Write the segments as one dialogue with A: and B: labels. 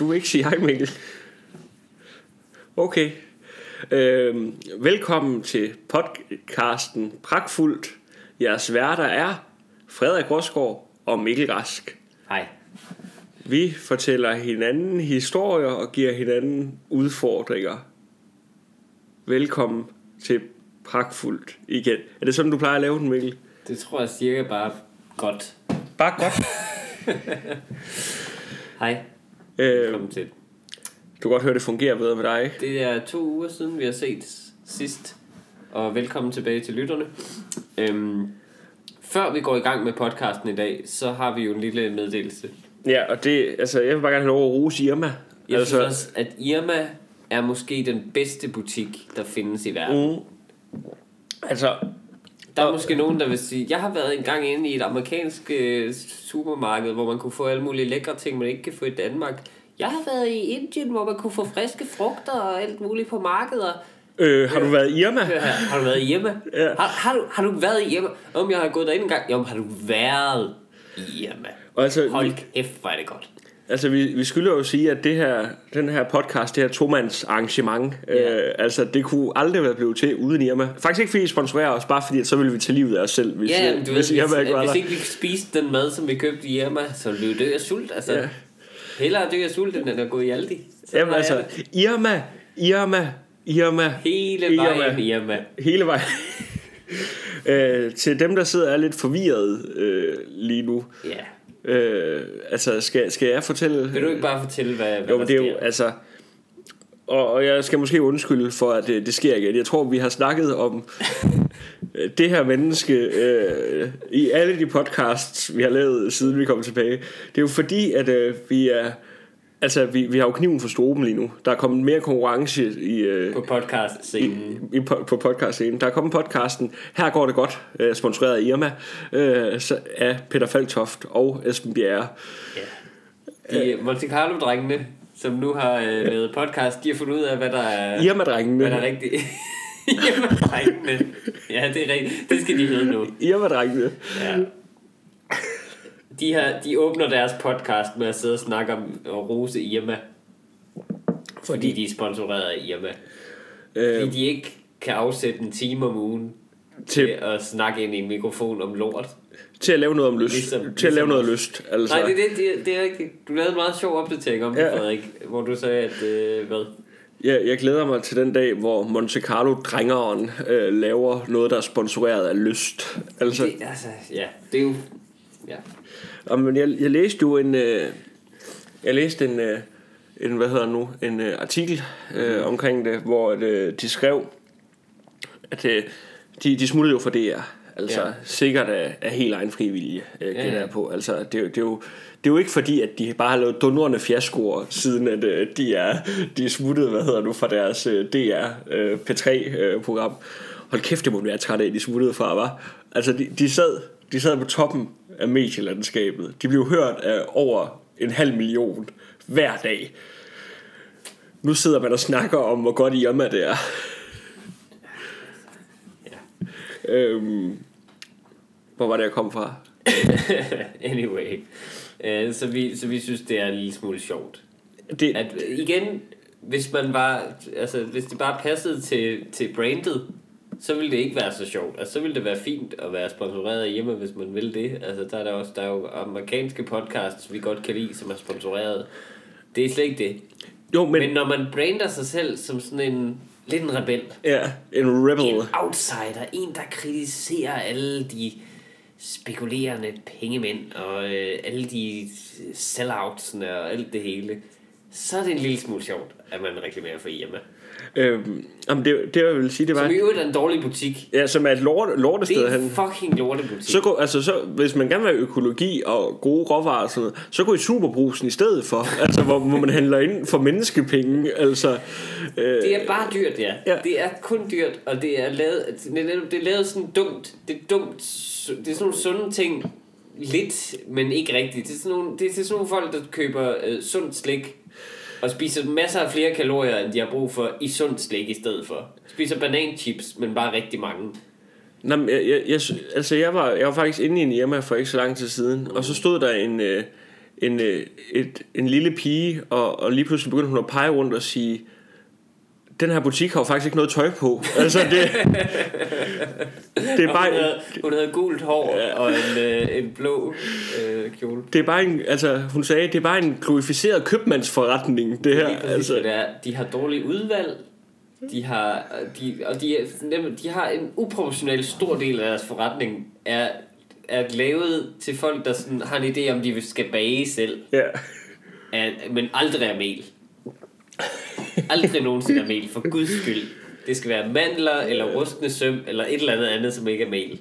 A: Du vil ikke sige hej, Mikkel. Okay. Øh, velkommen til podcasten Pragtfuldt. Jeres værter er Frederik Rosgaard og Mikkel Rask.
B: Hej.
A: Vi fortæller hinanden historier og giver hinanden udfordringer. Velkommen til Pragtfuldt igen. Er det sådan, du plejer at lave den, Mikkel?
B: Det tror jeg cirka bare godt.
A: Bare godt.
B: Hej.
A: Øh,
B: Velkommen til.
A: du kan godt høre, det fungerer bedre med dig, ikke?
B: Det er to uger siden, vi har set sidst. Og velkommen tilbage til lytterne. Øhm, før vi går i gang med podcasten i dag, så har vi jo en lille meddelelse.
A: Ja, og det, altså, jeg vil bare gerne have lov at rose Irma.
B: Jeg altså...
A: altså,
B: synes også, at Irma er måske den bedste butik, der findes i verden.
A: Mm. Altså,
B: Der er måske nogen, der vil sige, jeg har været engang inde i et amerikansk øh, supermarked, hvor man kunne få alle mulige lækre ting, man ikke kan få i Danmark. Jeg har været i Indien, hvor man kunne få friske frugter og alt muligt på markeder.
A: øh, har du været Irma?
B: Hør her, har du været hjemme?
A: Ja.
B: Har, har, du, har du været hjemme? Om jeg har gået derind en gang? Jo, men har du været hjemme?
A: Og altså, vi,
B: Hold kæft, hvor er det godt.
A: altså vi, vi skylder jo sige, at det her, den her podcast, det her tomands arrangement,
B: Ja.
A: øh, altså det kunne aldrig være blevet til uden Irma. Faktisk ikke fordi I sponsorerer os, bare fordi at så ville vi tage livet af os selv, hvis,
B: Ja,
A: øh,
B: men du
A: hvis
B: ved,
A: Irma ikke
B: hvis,
A: var
B: hvis
A: der.
B: ikke vi spiste den mad, som vi købte hjemme, så blev det dø af sult. Altså,
A: Ja.
B: ja. Hellere dø af sult, end at gå i Aldi. Sådan
A: Jamen
B: har jeg
A: altså,
B: det.
A: Irma, Irma, Irma.
B: Hele vejen hjemme.
A: Hele vejen. øh, til dem, der sidder og er lidt forvirret øh, lige nu.
B: Ja.
A: Øh, altså, skal, skal jeg fortælle...
B: Vil du ikke bare fortælle, hvad, hvad
A: Jo,
B: der
A: men det er jo,
B: sker?
A: altså... Og, og jeg skal måske undskylde for, at øh, det, det sker igen. Jeg tror, vi har snakket om øh, det her menneske øh, i alle de podcasts, vi har lavet, siden vi kom tilbage. Det er jo fordi, at øh, vi er... Altså, vi, vi har jo kniven for stroben lige nu. Der er kommet mere konkurrence i, øh,
B: På podcast-scenen.
A: i, po- på podcastscenen. Der er kommet podcasten Her går det godt, øh, sponsoreret af Irma, øh, så- af Peter Falktoft og Esben Bjerre.
B: Ja. De Monte Carlo-drengene, som nu har øh, lavet podcast, de har fundet ud af, hvad der er...
A: Irma-drengene.
B: Hvad der er rigtigt. Jamen, drengene. Ja, det er rigtigt. Det skal de hedde nu.
A: Irma-drengene.
B: Ja. De, har, de åbner deres podcast med at sidde og snakke om og rose Irma. Fordi de er sponsoreret af Irma. Fordi
A: Øh,
B: de ikke kan afsætte en time om ugen til
A: til,
B: at snakke ind i en mikrofon om lort.
A: til at lave noget om lyst.
B: Ligesom-
A: til at
B: ligesom
A: lave noget
B: os.
A: lyst. Altså.
B: Nej, det, er det, det, er- det er rigtigt. Du lavede en meget sjov opdatering om det,
A: Ja.
B: Frederik. Hvor du sagde, at... Øh, hvad?
A: jeg, jeg glæder mig til den dag, hvor Monte Carlo-drengeren øh, laver noget, der er sponsoreret af lyst. Altså,
B: Det, altså, ja, det er jo... Ja.
A: Jamen, jeg, jeg læste jo en, øh, jeg læste en, øh, en hvad hedder det nu, en øh, artikel
B: Mhm.
A: øh, omkring det, hvor at, øh, de skrev, at øh, de, de smuttede jo fra DR. Altså ja.
B: Ja.
A: sikkert af, af helt egen frivillige, øh, gætter
B: ja.
A: jeg på. Altså, det, er jo- det, er jo, det er jo ikke fordi, at de bare har lavet dundrende fiaskoer, siden at øh, de, er, de er smuttet, hvad hedder nu, fra deres øh, DR øh, P3-program. Hold kæft, det må man være træt af, de smuttede fra, var. Altså, de, de, sad, de sad på toppen af medielandskabet. De blev hørt af over en halv million hver dag. Nu sidder man og snakker om, hvor godt Irma det er. Øhm, hvor var det, jeg kom fra?
B: anyway. Øh, så, vi, så vi synes, det er en lille smule sjovt.
A: Det,
B: At, øh, igen, hvis man var, altså, hvis det bare passede til, til brandet, så ville det ikke være så sjovt. Altså, så ville det være fint at være sponsoreret hjemme, hvis man vil det. Altså, der er der også, der er jo amerikanske podcasts, vi godt kan lide, som er sponsoreret. Det er slet ikke det.
A: jo, men,
B: Men når man brander sig selv som sådan en lidt en rebel,
A: ja, en
B: en
A: rebel.
B: outsider, en der kritiserer alle de spekulerende pengemænd og øh, alle de selloutsene og alt det hele, så er det en lille smule sjovt, at man reklamerer for Irma.
A: Øhm, jamen, det, det jeg vil sige, det var...
B: Som i øvrigt er en dårlig butik.
A: Ja, som er et lort,
B: Det
A: lortested.
B: er
A: Han,
B: en fucking lortebutik.
A: så, gå, altså, så, hvis man gerne vil have økologi og gode råvarer og sådan noget, så gå i superbrusen i stedet for. Altså, hvor, hvor man handler ind for menneskepenge. Altså, øh,
B: Det er bare dyrt, ja.
A: Ja.
B: ja. Det er kun dyrt, og det er lavet, det er lavet, det er lavet sådan dumt. Det er dumt. Det er sådan nogle sunde ting. Lidt, men ikke rigtigt. Det er sådan nogle, det er til sådan nogle folk, der køber øh, sundt slik og spiser masser af flere kalorier, end de har brug for i sundt slik i stedet for. Spiser bananchips, men bare rigtig mange.
A: Nå, men jeg, jeg, jeg, altså jeg, var, jeg var faktisk inde i en Irma for ikke så lang tid siden, og så stod der en, øh, en, øh, et, en lille pige, og, og lige pludselig begyndte hun at pege rundt og sige, den her butik har jo faktisk ikke noget tøj på. Altså, det, det er
B: Og hun,
A: bare...
B: havde, hun havde gult hår og en, øh, en blå øh, kjole.
A: Det er bare en, altså, hun sagde, det er bare en glorificeret købmandsforretning, det her.
B: Lige præcis, altså.
A: Altså,
B: det er, de har dårlig udvalg, de har, øh, de, og de, er, nem- de har en uproportionel stor del af deres forretning er, er lavet til folk, der sådan har en idé om, de skal bage selv,
A: ja.
B: er, men aldrig er mel. Aldrig nogensinde er mel, for guds skyld. Det skal være mandler, eller rustne søm, eller et eller andet andet, som ikke er mel.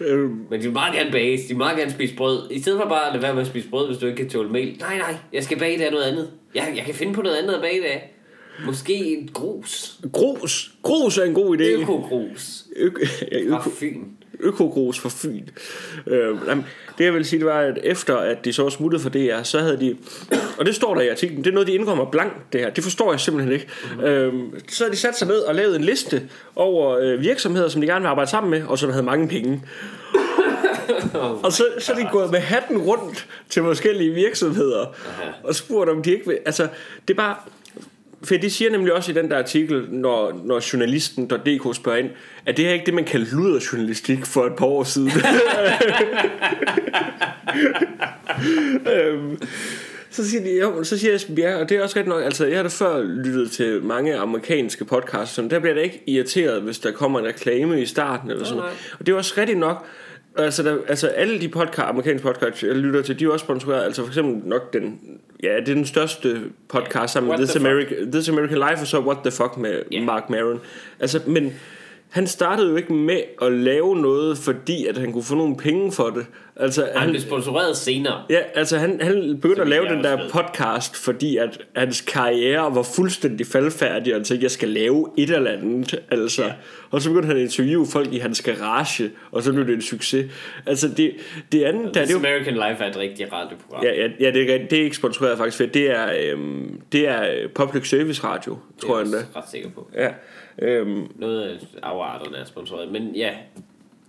A: Øhm,
B: Men de vil meget gerne bage, de vil meget gerne spise brød. I stedet for bare at lade være med at spise brød, hvis du ikke kan tåle mel. Nej, nej, jeg skal bage det af noget andet. Jeg, jeg kan finde på noget andet at bage det af. Måske en grus.
A: grus. Grus er en god idé.
B: Øko-grus.
A: Ø- ja,
B: Fra
A: øko,
B: Fyn.
A: økogrus fra Fyn. Øh, jamen, det jeg vil sige, det var, at efter at de så smuttede fra DR, så havde de, og det står der i artiklen, det er noget, de indrømmer blankt, det her. Det forstår jeg simpelthen ikke. Mm-hmm. Øh, så havde de sat sig ned og lavet en liste over øh, virksomheder, som de gerne ville arbejde sammen med, og som havde mange penge.
B: Oh,
A: Og så, så er de gået med hatten rundt til forskellige virksomheder og spurgt, om de ikke vil... Altså, det er bare... For de siger nemlig også i den der artikel, når, når journalisten.dk spørger ind, at det her ikke det, man kaldte luderjournalistik for et par år siden. øhm, så siger, de, jo, så siger Esben Bjerg, og det er også rigtigt nok, altså jeg har da før lyttet til mange amerikanske podcasts, så der bliver jeg da ikke irriteret, hvis der kommer en reklame i starten eller sådan
B: nej.
A: Og det er jo også rigtigt nok, altså, der, altså alle de podcast, amerikanske podcasts, jeg lytter til, de er jo også sponsoreret, altså for eksempel nok den, ja, det er den største podcast sammen med
B: What
A: This,
B: the fuck?
A: America, This American Life, og så What the Fuck med
B: Ja.
A: Mark Maron. Altså, men han startede jo ikke med at lave noget, fordi at han kunne få nogle penge for det. Altså,
B: han blev sponsoreret senere.
A: Ja, altså han, han begyndte at lave
B: jeg
A: den
B: også
A: der
B: ved.
A: podcast, fordi at hans karriere var fuldstændig faldfærdig, og han tænkte, jeg skal lave et eller andet, altså. Ja. Og så begyndte han at interviewe folk i hans garage, og så blev det en succes. Altså det, det andet, der, det er
B: This
A: jo...
B: American Life er et rigtig radioprogram.
A: Ja, ja, ja det, er, rigtigt. det er ikke sponsoreret faktisk, for det er, øhm, det er øh, public service radio, tror jeg
B: det
A: endda.
B: er jeg også ret sikker på.
A: Ja, øhm,
B: Noget af afarterne er sponsoreret, men ja,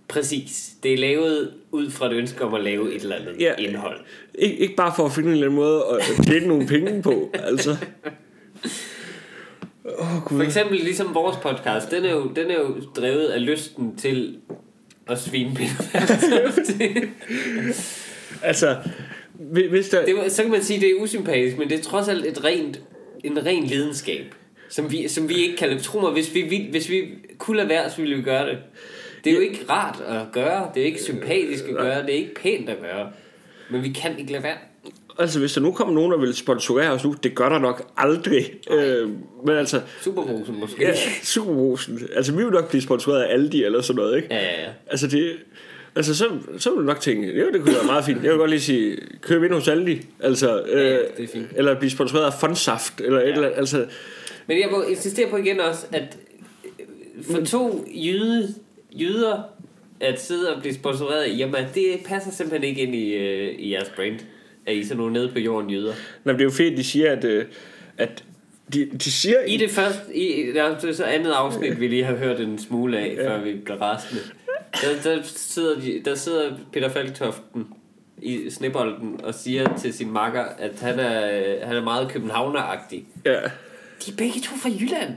B: præcis. Det er lavet ud fra et ønske om at lave et eller andet
A: Ja.
B: indhold.
A: ikke, ikke bare for at finde en eller anden måde at tjene nogle penge på, altså. Åh, oh,
B: For
A: Gud.
B: eksempel ligesom vores podcast, den er jo, den er jo drevet af lysten til at svine pindeværelsen.
A: Altså, hvis hvis der...
B: det, var- så kan man sige, at det er usympatisk, men det er trods alt et rent, en ren lidenskab, som vi, som vi ikke kan løbe. Tro mig, hvis vi, vi- hvis vi kunne lade være, så ville vi gøre det. Det er jo ikke rart at gøre, det er ikke sympatisk at gøre, det er ikke pænt at gøre. Men vi kan ikke lade være.
A: Altså, hvis der nu kommer nogen, der vil sponsorere os nu, det gør der nok aldrig. Øh, men altså,
B: Superbrusen måske.
A: ja, superhusen. Altså, vi vil nok blive sponsoreret af Aldi eller sådan noget, ikke?
B: Ja, ja, ja.
A: Altså, det, altså så, så vil du nok tænke, jo, det kunne være meget fint. Jeg vil godt lige sige, køb ind hos Aldi. Altså, øh,
B: ja, det er fint.
A: Eller blive sponsoreret af Fondsaft. Eller ja. et eller andet. Altså,
B: Men jeg må insistere på igen også, at øh, for to jyde, jyder at sidde og blive sponsoreret af Irma, det passer simpelthen ikke ind i, øh, i jeres brand. Er I sådan nogle nede på jorden jyder?
A: nej, men det er jo fedt, de siger, at... Øh, at de, de siger...
B: I det første, i, der er så andet afsnit, vi lige har hørt en smule af, før vi blev rastende. Der, der, sidder de, der sidder Peter Falktoften i snebolden og siger til sin makker, at han er, øh, han er meget københavneragtig.
A: Ja.
B: De er begge to fra Jylland.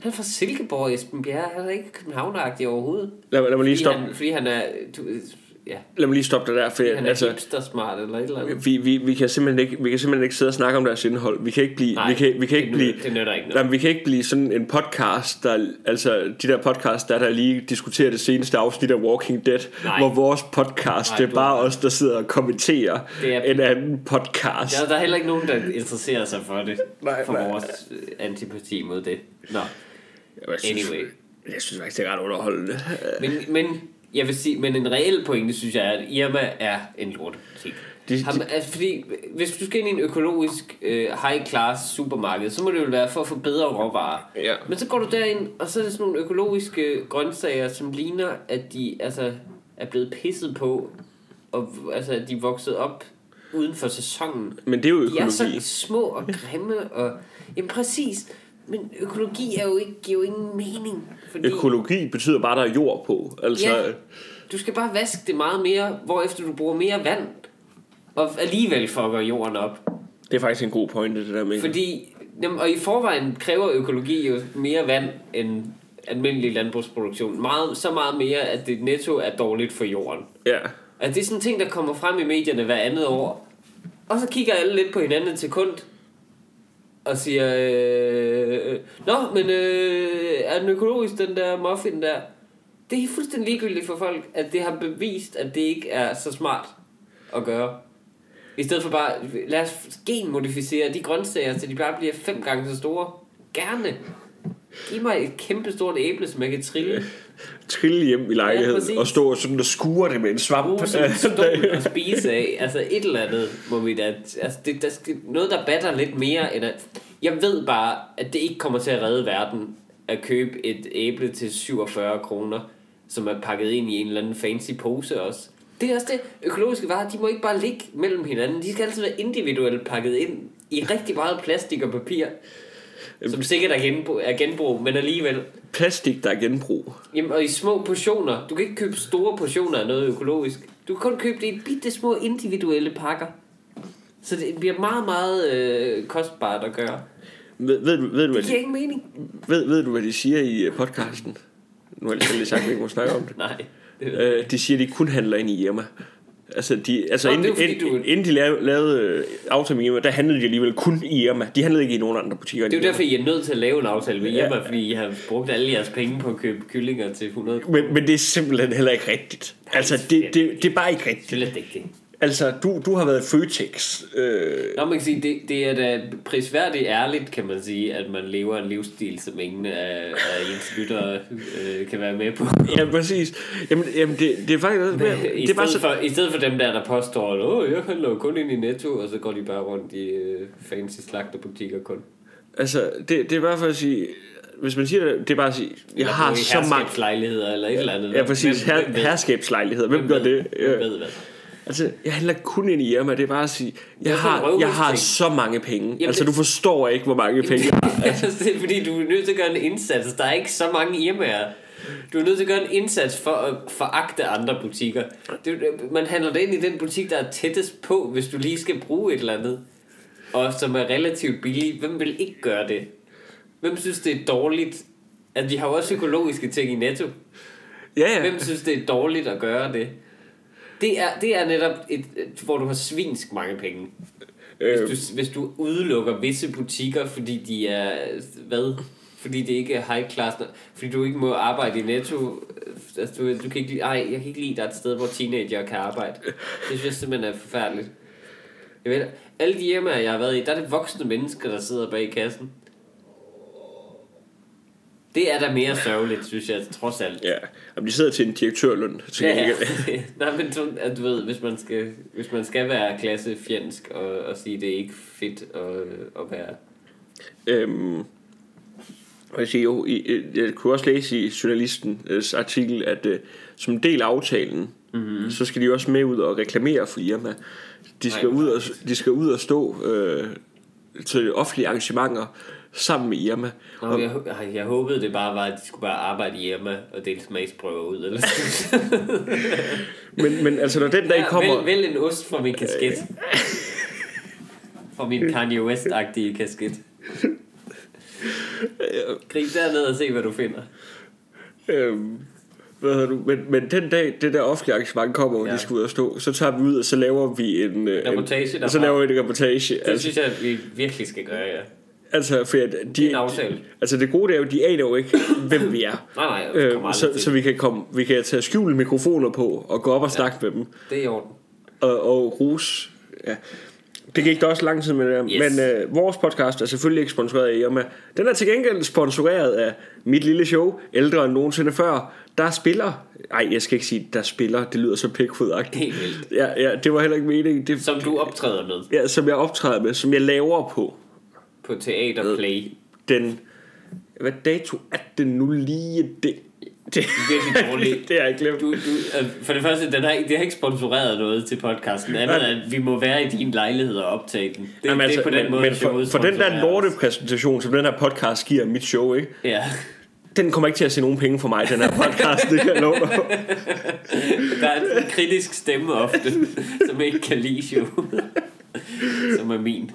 B: Han er fra Silkeborg, Esben Bjerre. Han er ikke københavneragtig overhovedet.
A: Lad, mig- lad mig lige
B: Fordi
A: stoppe,
B: han, fordi han er... Du, ja,
A: lad mig lige stoppe dig der, for
B: han er altså, hipster-smart eller et eller andet.
A: vi, vi, vi, kan simpelthen ikke, vi kan simpelthen ikke sidde og snakke om deres indhold. Vi kan ikke blive,
B: Nej,
A: vi kan, vi kan
B: det
A: ikke
B: nytter-
A: blive,
B: det nytter ikke noget.
A: nej, men vi kan ikke blive sådan en podcast, der, altså de der podcast, der, der lige diskuterer det seneste afsnit af Walking Dead,
B: Nej.
A: hvor vores podcast,
B: Nej,
A: det er
B: du-
A: bare os, der sidder og kommenterer
B: Det er-
A: en anden podcast.
B: Der, der er heller ikke nogen, der interesserer sig for det.
A: Nej,
B: for
A: nej.
B: vores øh, antipati mod det. Nå,
A: Jeg synes,
B: Anyway.
A: Jeg synes faktisk, det er ret underholdende.
B: men, men jeg vil sige, men en reel pointe, synes jeg, er, at Irma er en lortebutik.
A: De-
B: Ham, altså, fordi hvis du skal ind i en økologisk øh, high class supermarked, så må det jo være for at få bedre råvarer.
A: Ja.
B: Men så går du derind, og så er det sådan nogle økologiske grøntsager, som ligner, at de altså, er blevet pisset på, og altså, at de er vokset op uden for sæsonen.
A: Men det er jo
B: De er
A: økologi.
B: så små og grimme og... Jamen præcis, men økologi er jo ikke, giver jo ingen mening. Fordi,
A: Økologi betyder bare, at der er jord på. Altså,
B: ja, du skal bare vaske det meget mere, hvorefter du bruger mere vand. og alligevel fucker jorden op.
A: Det er faktisk en god pointe, det der med.
B: Fordi, jamen, og i forvejen kræver økologi jo mere vand end almindelig landbrugsproduktion. Meget, så meget mere, at det netto er dårligt for jorden.
A: Ja.
B: Altså, det er sådan en ting, der kommer frem i medierne hver andet år. Og så kigger alle lidt på hinanden til sekund. Og siger, øh, Nå, men øh, er den økologisk, den der muffin der? Det er fuldstændig ligegyldigt for folk, at det har bevist, at det ikke er så smart at gøre. I stedet for bare, lad os genmodificere de grøntsager, så de bare bliver fem gange så store. Gerne. Giv mig et kæmpe stort æble, som jeg kan trille.
A: Trille hjem i lejligheden
B: præcis.
A: ja, og stå sådan og skure det med en svamp.
B: bruge som en stol at spise af. Altså et eller andet, må vi da... Altså det, der skal, noget, der batter lidt mere end at... Jeg ved bare, at det ikke kommer til at redde verden at købe et æble til 47 kroner, som er pakket ind i en eller anden fancy pose også. Det er også det. Økologiske varer, de må ikke bare ligge mellem hinanden. De skal altid være individuelt pakket ind i rigtig meget plastik og papir. Som sikkert er genbrug, er genbrug men alligevel.
A: Plastik, der er genbrug.
B: Jamen, og i små portioner. Du kan ikke købe store portioner af noget økologisk. Du kan kun købe det i bitte små individuelle pakker. Så det bliver meget, meget øh, kostbart at gøre.
A: Ved, ved, du- ved, du, hvad
B: Det giver
A: de,
B: ikke mening.
A: ved, ved du, hvad de siger i øh, podcasten? Nu har jeg lige sagt, at vi ikke må snakke om det.
B: Nej. Det ved jeg.
A: Øh, de siger, at de kun handler ind i Irma. Altså, de, altså
B: Nå,
A: inden,
B: det er jo
A: inden,
B: fordi, du-
A: inden de lavede, lavede øh, aftalen med Irma, der handlede de alligevel kun i Irma. De handlede ikke i nogen andre butikker. end
B: det er jo
A: Irma.
B: derfor, I er nødt til at lave en aftale med
A: Ja.
B: Irma, fordi I har brugt alle jeres penge på at købe kyllinger til 100 kroner.
A: Men, men det er simpelthen heller ikke rigtigt. Altså, det, det, det er bare ikke
B: Det er
A: rigtigt.
B: lidt dækket.
A: Altså, du, du har været Føtex. Øh,
B: Nå, man kan sige, det, det er da prisværdigt ærligt, kan man sige, at man lever en livsstil, som ingen af, af ens lyttere øh, kan være med på.
A: ja, præcis. Jamen, jamen det, det er faktisk også mere...
B: øh, I,
A: Det er
B: stedet
A: bare så,
B: for, I stedet for dem der, der påstår, at Åh, jeg handler jo kun ind i Netto, og så går de bare rundt i øh, fancy slagterbutikker kun.
A: altså, det, det er i hvert fald at sige... Hvis man siger det, det er bare at sige... Jeg
B: Eller
A: har
B: bor i
A: så mange...
B: herskabslejligheder eller et eller andet.
A: Ja, præcis.
B: Hvem-
A: Her,
B: hvem ved?
A: herskabslejligheder. Hvem,
B: Hvem
A: gør
B: ved?
A: det?
B: Hvem
A: Øh,
B: ved hvad?
A: altså, jeg handler kun ind i Irma. Det er bare at sige... Jeg
B: sådan en
A: har, jeg har
B: røvhulsting.
A: så mange penge. altså,
B: det-
A: du forstår ikke, hvor mange penge jeg har.
B: altså, det er fordi, du er nødt til at gøre en indsats. Der er ikke så mange Irmaer. Du er nødt til at gøre en indsats for at foragte andre butikker. Det, man handler det ind i den butik, der er tættest på, hvis du lige skal bruge et eller andet. Og som er relativt billig. Hvem vil ikke gøre det? Hvem synes, det er dårligt? At de har jo også økologiske ting i Netto.
A: Ja, ja.
B: Hvem synes, det er dårligt at gøre det? Det er, det er netop et, et- hvor du har svinsk mange penge.
A: Øh,
B: Hvis du, hvis du udelukker visse butikker, fordi de er... Hvad? Fordi det ikke er high class. Fordi du ikke må arbejde i Netto. Altså, du, du kan ikke lide, ej, jeg kan ikke lide, at der er et sted, hvor teenager kan arbejde. Det synes jeg simpelthen er forfærdeligt. Jeg ved, alle de hjemmer, jeg har været i, der er det voksne mennesker, der sidder bag kassen. Det er da mere sørgeligt, synes jeg, trods alt.
A: ja. Jamen, de sidder til en direktørløn. Til
B: Ja, ja.
A: gengæld.
B: Nej, men sådan, at du ved, hvis man skal, hvis man skal være klassefjendsk og, og sige, det er ikke fedt at, at være...
A: Øhm, og jeg, siger, jo, i, øh, jeg kunne også læse i journalistens artikel, at øh, som en del af aftalen,
B: Mhm.
A: mm-hmm. så skal de jo også med ud og reklamere for Irma. De skal,
B: Nej,
A: ud og, de skal ud og stå øh, til offentlige arrangementer sammen med Irma.
B: Nå, jeg, ej, jeg håbede det bare var, at de skulle bare arbejde hjemme og dele smagsprøver ud. Eller sådan.
A: Men, men altså, når den dag kommer...
B: Vel, vel en ost fra min kasket. fra min Kanye West-agtige kasket. Grib derned og se, hvad du finder.
A: Øhm, hvad hedder du? Men, men den dag, det der offentlige arrangement kommer, hvor ja.
B: Ja.
A: de skal ud og stå, så tager vi ud, og så laver vi en... øh,
B: Reportage
A: en,
B: derfra.
A: Så laver vi en reportage.
B: Det
A: Altså,
B: synes jeg, at vi virkelig skal gøre, ja.
A: altså, for at de,
B: en aftale.
A: De, altså det gode det er jo, de aner jo ikke, hvem vi er.
B: Nej, nej, vi kommer
A: Øhm,
B: aldrig
A: så,
B: til
A: så
B: det.
A: vi kan, komme, vi kan tage skjult mikrofoner på og gå op og snakke med dem
B: Det er i orden.
A: og, og rus. Ja. Det gik da også lang tid med det der.
B: Yes.
A: Men øh, vores podcast er selvfølgelig ikke sponsoreret af Irma. Den er til gengæld sponsoreret af mit lille show, ældre end nogensinde før. Der spiller... Nej, jeg skal ikke sige, der spiller. Det lyder så pikfodagtigt.
B: Helt vildt.
A: Ja, ja, det var heller ikke meningen. Det,
B: Som du optræder med
A: ja, som jeg optræder med, som jeg laver på
B: på teaterplay.
A: den... Hvad dato er det nu lige? Det, det,
B: Virkelig dårligt.
A: det har jeg glemt.
B: Du, du, øh, for det første, den har, det har ikke sponsoreret noget til podcasten. Andet
A: Nej.
B: er, at vi må være i din lejlighed og optage den. Det, Jamen, det er på den
A: altså, men,
B: måde,
A: men for,
B: showet
A: for den der
B: sponsorerer os.
A: lortepræsentation, som den her podcast giver mit show, ikke?
B: Ja.
A: Den kommer ikke til at se nogen penge for mig, den her podcast, det kan jeg love dig.
B: Der er en kritisk stemme ofte, som ikke kan lide showet. som er min.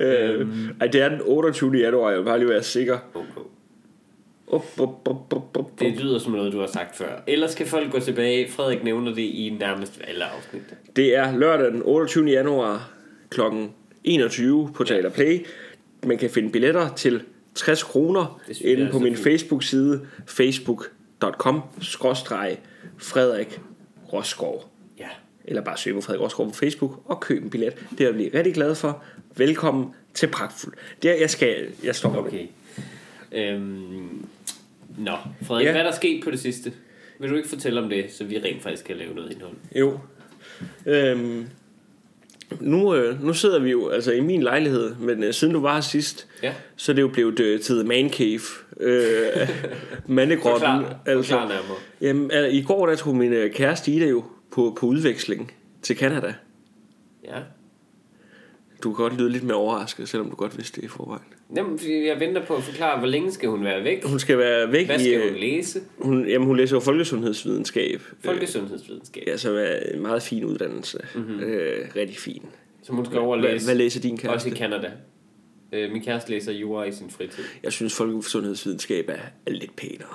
A: Øh,
B: Øhm.
A: Ej, det er den 28. januar, jeg vil bare lige være sikker.
B: Okay.
A: Op, op, op, op, op, op.
B: Det lyder som noget, du har sagt før. Ellers kan folk gå tilbage. Frederik nævner det i nærmest alle afsnit.
A: Det er lørdag den 28. januar kl. 21 på Teater Play. Man kan finde billetter til 60 kroner
B: Det synes jeg
A: inde
B: er
A: på
B: så
A: min
B: fint.
A: Facebook-side facebook.com skråstreg Frederik Roskov.
B: Ja.
A: Eller bare søg på Frederik Roskov på Facebook og køb en billet. Det vil jeg blive rigtig glad for. Velkommen til Pragtfuld. Det er, jeg skal, jeg står okay.
B: Okay. Øhm, nå, Frederik,
A: Ja.
B: ja. hvad er der sket på det sidste? Vil du ikke fortælle om det, så vi rent faktisk kan lave noget indhold?
A: Jo. Øhm, nu, øh, nu sidder vi jo altså i min lejlighed, men øh, siden du var her sidst,
B: Ja.
A: så er det jo blevet øh, til The Man Cave. Øh, mandegrotten.
B: Forklar, altså. forklar nærmere.
A: jamen, altså, I går der tog min øh, kæreste Ida jo på, på udveksling til Canada.
B: Ja.
A: Du kan godt lyde lidt mere overrasket, selvom du godt vidste det i forvejen.
B: Jamen, fordi jeg venter på at forklare, hvor længe skal hun være væk?
A: Hun skal være væk
B: Hvad
A: i...
B: skal
A: øh,
B: hun læse?
A: Hun, jamen, hun læser jo folkesundhedsvidenskab. Øh,
B: Folkesundhedsvidenskab.
A: ja, som er altså, en meget fin uddannelse. Mm-hmm. Øh, rigtig fin.
B: Som hun skal over og
A: Hvad,
B: Mhm. læse.
A: hvad læser din
B: Også
A: kæreste?
B: i Canada. Øh, min kæreste læser jura i sin fritid.
A: Jeg synes, folkesundhedsvidenskab er, er lidt pænere.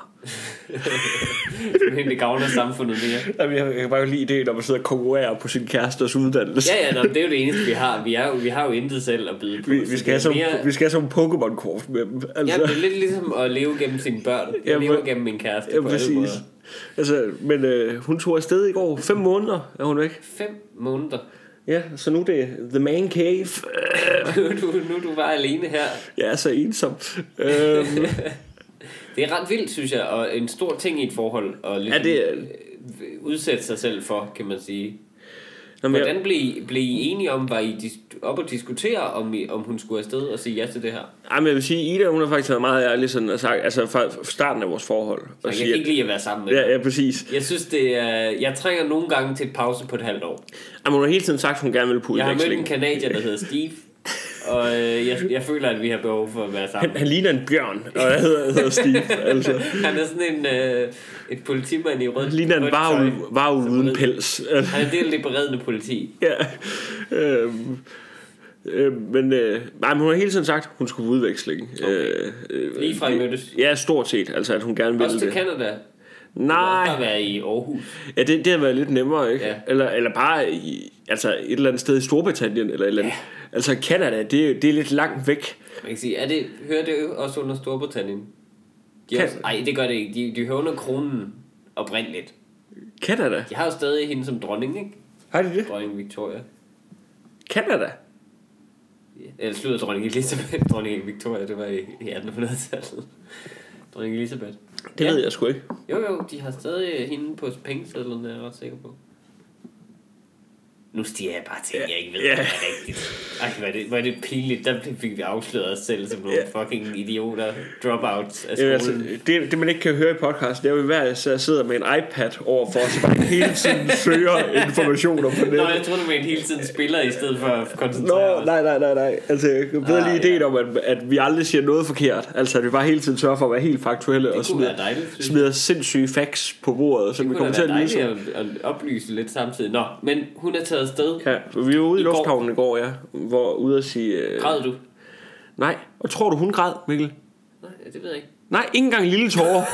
B: Men det gavner samfundet mere.
A: Jamen, jeg, jeg kan bare godt lide det, når man sidder og konkurrerer på sin kæresters uddannelse.
B: Ja, ja, nå, men det er jo det eneste, vi har. Vi, er jo, vi har jo intet selv at byde på.
A: Vi,
B: så
A: vi,
B: det
A: skal
B: er
A: have sådan,
B: mere-
A: vi skal have sådan en Pokémon-kort med dem.
B: Ja,
A: Altså,
B: det er lidt ligesom at leve gennem sine børn. Jeg
A: Ja,
B: lever
A: præ-
B: gennem min kæreste
A: ja,
B: på alle
A: præcis.
B: måder.
A: Altså, men øh, hun tog afsted i går. Fem måneder er hun væk.
B: Fem måneder.
A: Ja, så nu er det The Man Cave. Øh,
B: Nu er du, nu er du bare alene her.
A: Jeg er så ensom. Øh,
B: Det er ret vildt, synes jeg, og en stor ting i et forhold. At ligesom,
A: Ja, det er-
B: øh, udsætte sig selv for, kan man sige.
A: nå, men jeg,
B: Hvordan blev, I- blev I enige om, var I dis- op og diskutere, om, I, om hun skulle afsted og sige ja til det her?
A: ej, men jeg vil sige, Ida hun har faktisk været meget ærlig sådan, og sagt, altså fra fra starten af vores forhold. Og
B: Og jeg kan ikke lide at være sammen med
A: ja,
B: ja.
A: ja, præcis.
B: Jeg synes, det er, jeg trænger nogle gange til et pause på et halvt år.
A: Jamen, hun har hele tiden sagt, at hun gerne ville på
B: Jeg har mødt
A: udveksling.
B: en kanadier, der hedder Steve, og øh, jeg, jeg føler, at vi har behov for at være sammen.
A: Han ligner en bjørn, og jeg hedder, hedder Steve. Altså.
B: Han er sådan en øh, et politimand i rødt
A: Det ligner en
B: rødt tøj.
A: varv, varv uden pels.
B: Han er en del af det beredende politi.
A: ja. øhm, øh, men, øh, nej, men hun har hele tiden sagt, hun skulle på udveksling. Okay. Øh, øh,
B: Lige fra I mødtes.
A: Ja, stort set. Altså, at hun gerne
B: Også
A: ville
B: til
A: det.
B: Canada.
A: Nej,
B: Bare være i Aarhus.
A: ja, det, det har været lidt nemmere, ikke?
B: Ja.
A: Eller, eller bare i, altså et eller andet sted i Storbritannien. Eller et eller andet. Altså, Canada, det, det er lidt langt væk.
B: Man kan sige, er det, hører det jo også under Storbritannien? De
A: Kan-
B: har, ej, det gør det ikke. De, de hører under kronen oprindeligt.
A: Canada?
B: De har jo stadig hende som dronning, ikke?
A: Har de det?
B: Dronning Victoria.
A: Canada?
B: Eller slutter dronning Elisabeth. Dronning Victoria, det var i, i 1800-tallet. Dronning Elisabeth.
A: Det ja. ved jeg sgu ikke.
B: Jo, jo, de har stadig øh, hende på pengesedlen, er jeg ret sikker på. Nu stiger jeg bare til, at jeg ikke ved,
A: Ja.
B: hvad det er rigtigt. Ej, hvor er det, hvor er det pinligt. Der fik vi afsløret os selv som nogle
A: Ja.
B: fucking idioter, dropouts af
A: Jamen,
B: skolen.
A: altså, det, det man ikke kan høre i podcast Det er jo hver især sidder med en iPad overfor Så bare hele tiden søger informationer på
B: Nå, jeg
A: nettet
B: troede, man hele tiden spiller, i stedet for at koncentrere
A: Nå,
B: os.
A: nej, nej, nej, nej Altså, jeg kan bedre
B: Ah,
A: lige ideen
B: ja.
A: om at, at vi aldrig siger noget forkert Altså, at vi bare hele tiden sørger for at være helt faktuelle Og
B: Det kunne være
A: smider,
B: dejligt, synes jeg.
A: smider sindssyge facts på bordet Som vi
B: Det
A: kommer
B: kunne
A: til
B: da
A: at
B: være
A: lyde
B: dejligt
A: som
B: at, at oplyse lidt samtidig. Nå, men hun er taget afsted.
A: Ja, for vi var ude i,
B: I går.
A: lufthavnen i går, ja Hvor ude at sige øh,
B: Græd du?
A: Nej, og tror du hun græd, Mikkel?
B: Nej, det ved jeg ikke.
A: Nej, ikke engang en lille tårer.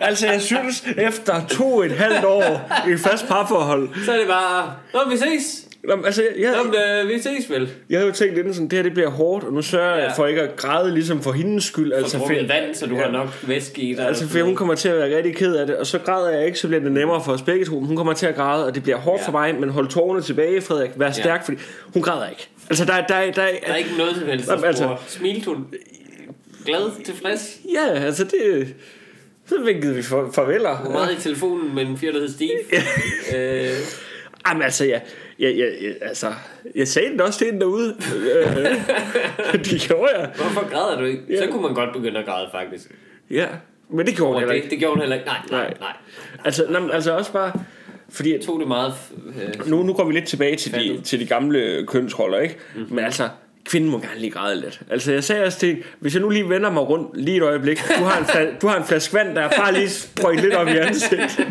A: altså, jeg synes, efter to og et halvt år i fast parforhold,
B: Så er det bare, Nå, vi ses!
A: Nå, men altså, jeg,
B: Nå, men, øh, vi ses vel.
A: jeg havde jo tænkt inden sådan, det her det bliver hårdt, og nu sørger jeg
B: Ja.
A: for ikke at græde ligesom for hendes skyld. Altså,
B: Så
A: for,
B: drukket vand, så du har nok væske i dig.
A: altså, for hun kommer til at være rigtig ked af det, og så græder jeg ikke, så bliver det nemmere for os begge to. Hun kommer til at græde, og det bliver hårdt
B: Ja.
A: for mig, men hold tårerne tilbage, Frederik. Vær stærk, fordi hun græder ikke. Altså, der, er- der, der, der,
B: Der er ikke noget som helst,
A: Jamen,
B: der
A: altså-
B: altså, Smilte hun? Glad, tilfreds?
A: Ja, altså, det... Så vinkede vi for, farveler.
B: Hun var meget i telefonen med en fyr, der hed Steve. øh,
A: Jamen altså, jeg, jeg, jeg, jeg, altså, jeg sagde den også til hende derude. Øh, det gjorde jeg.
B: hvorfor græder du ikke?
A: Ja.
B: Så kunne man godt begynde at græde, faktisk.
A: Ja, men det gjorde hun
B: Og
A: heller ikke.
B: det, det gjorde hun heller ikke. Nej, nej,
A: Nej.
B: nej.
A: Altså, nej, men altså også bare, fordi at
B: Jeg tog det meget... Øh,
A: nu, nu går vi lidt tilbage til de,
B: Fattet. Mm.
A: til de gamle kønsroller, ikke? Mm-hmm. Men altså, kvinden må gerne lige græde lidt. Altså jeg sagde også til hende, hvis jeg nu lige vender mig rundt lige et øjeblik, du har en, fla- du har en flaske vand der, bare lige sprøjt lidt op i ansigtet.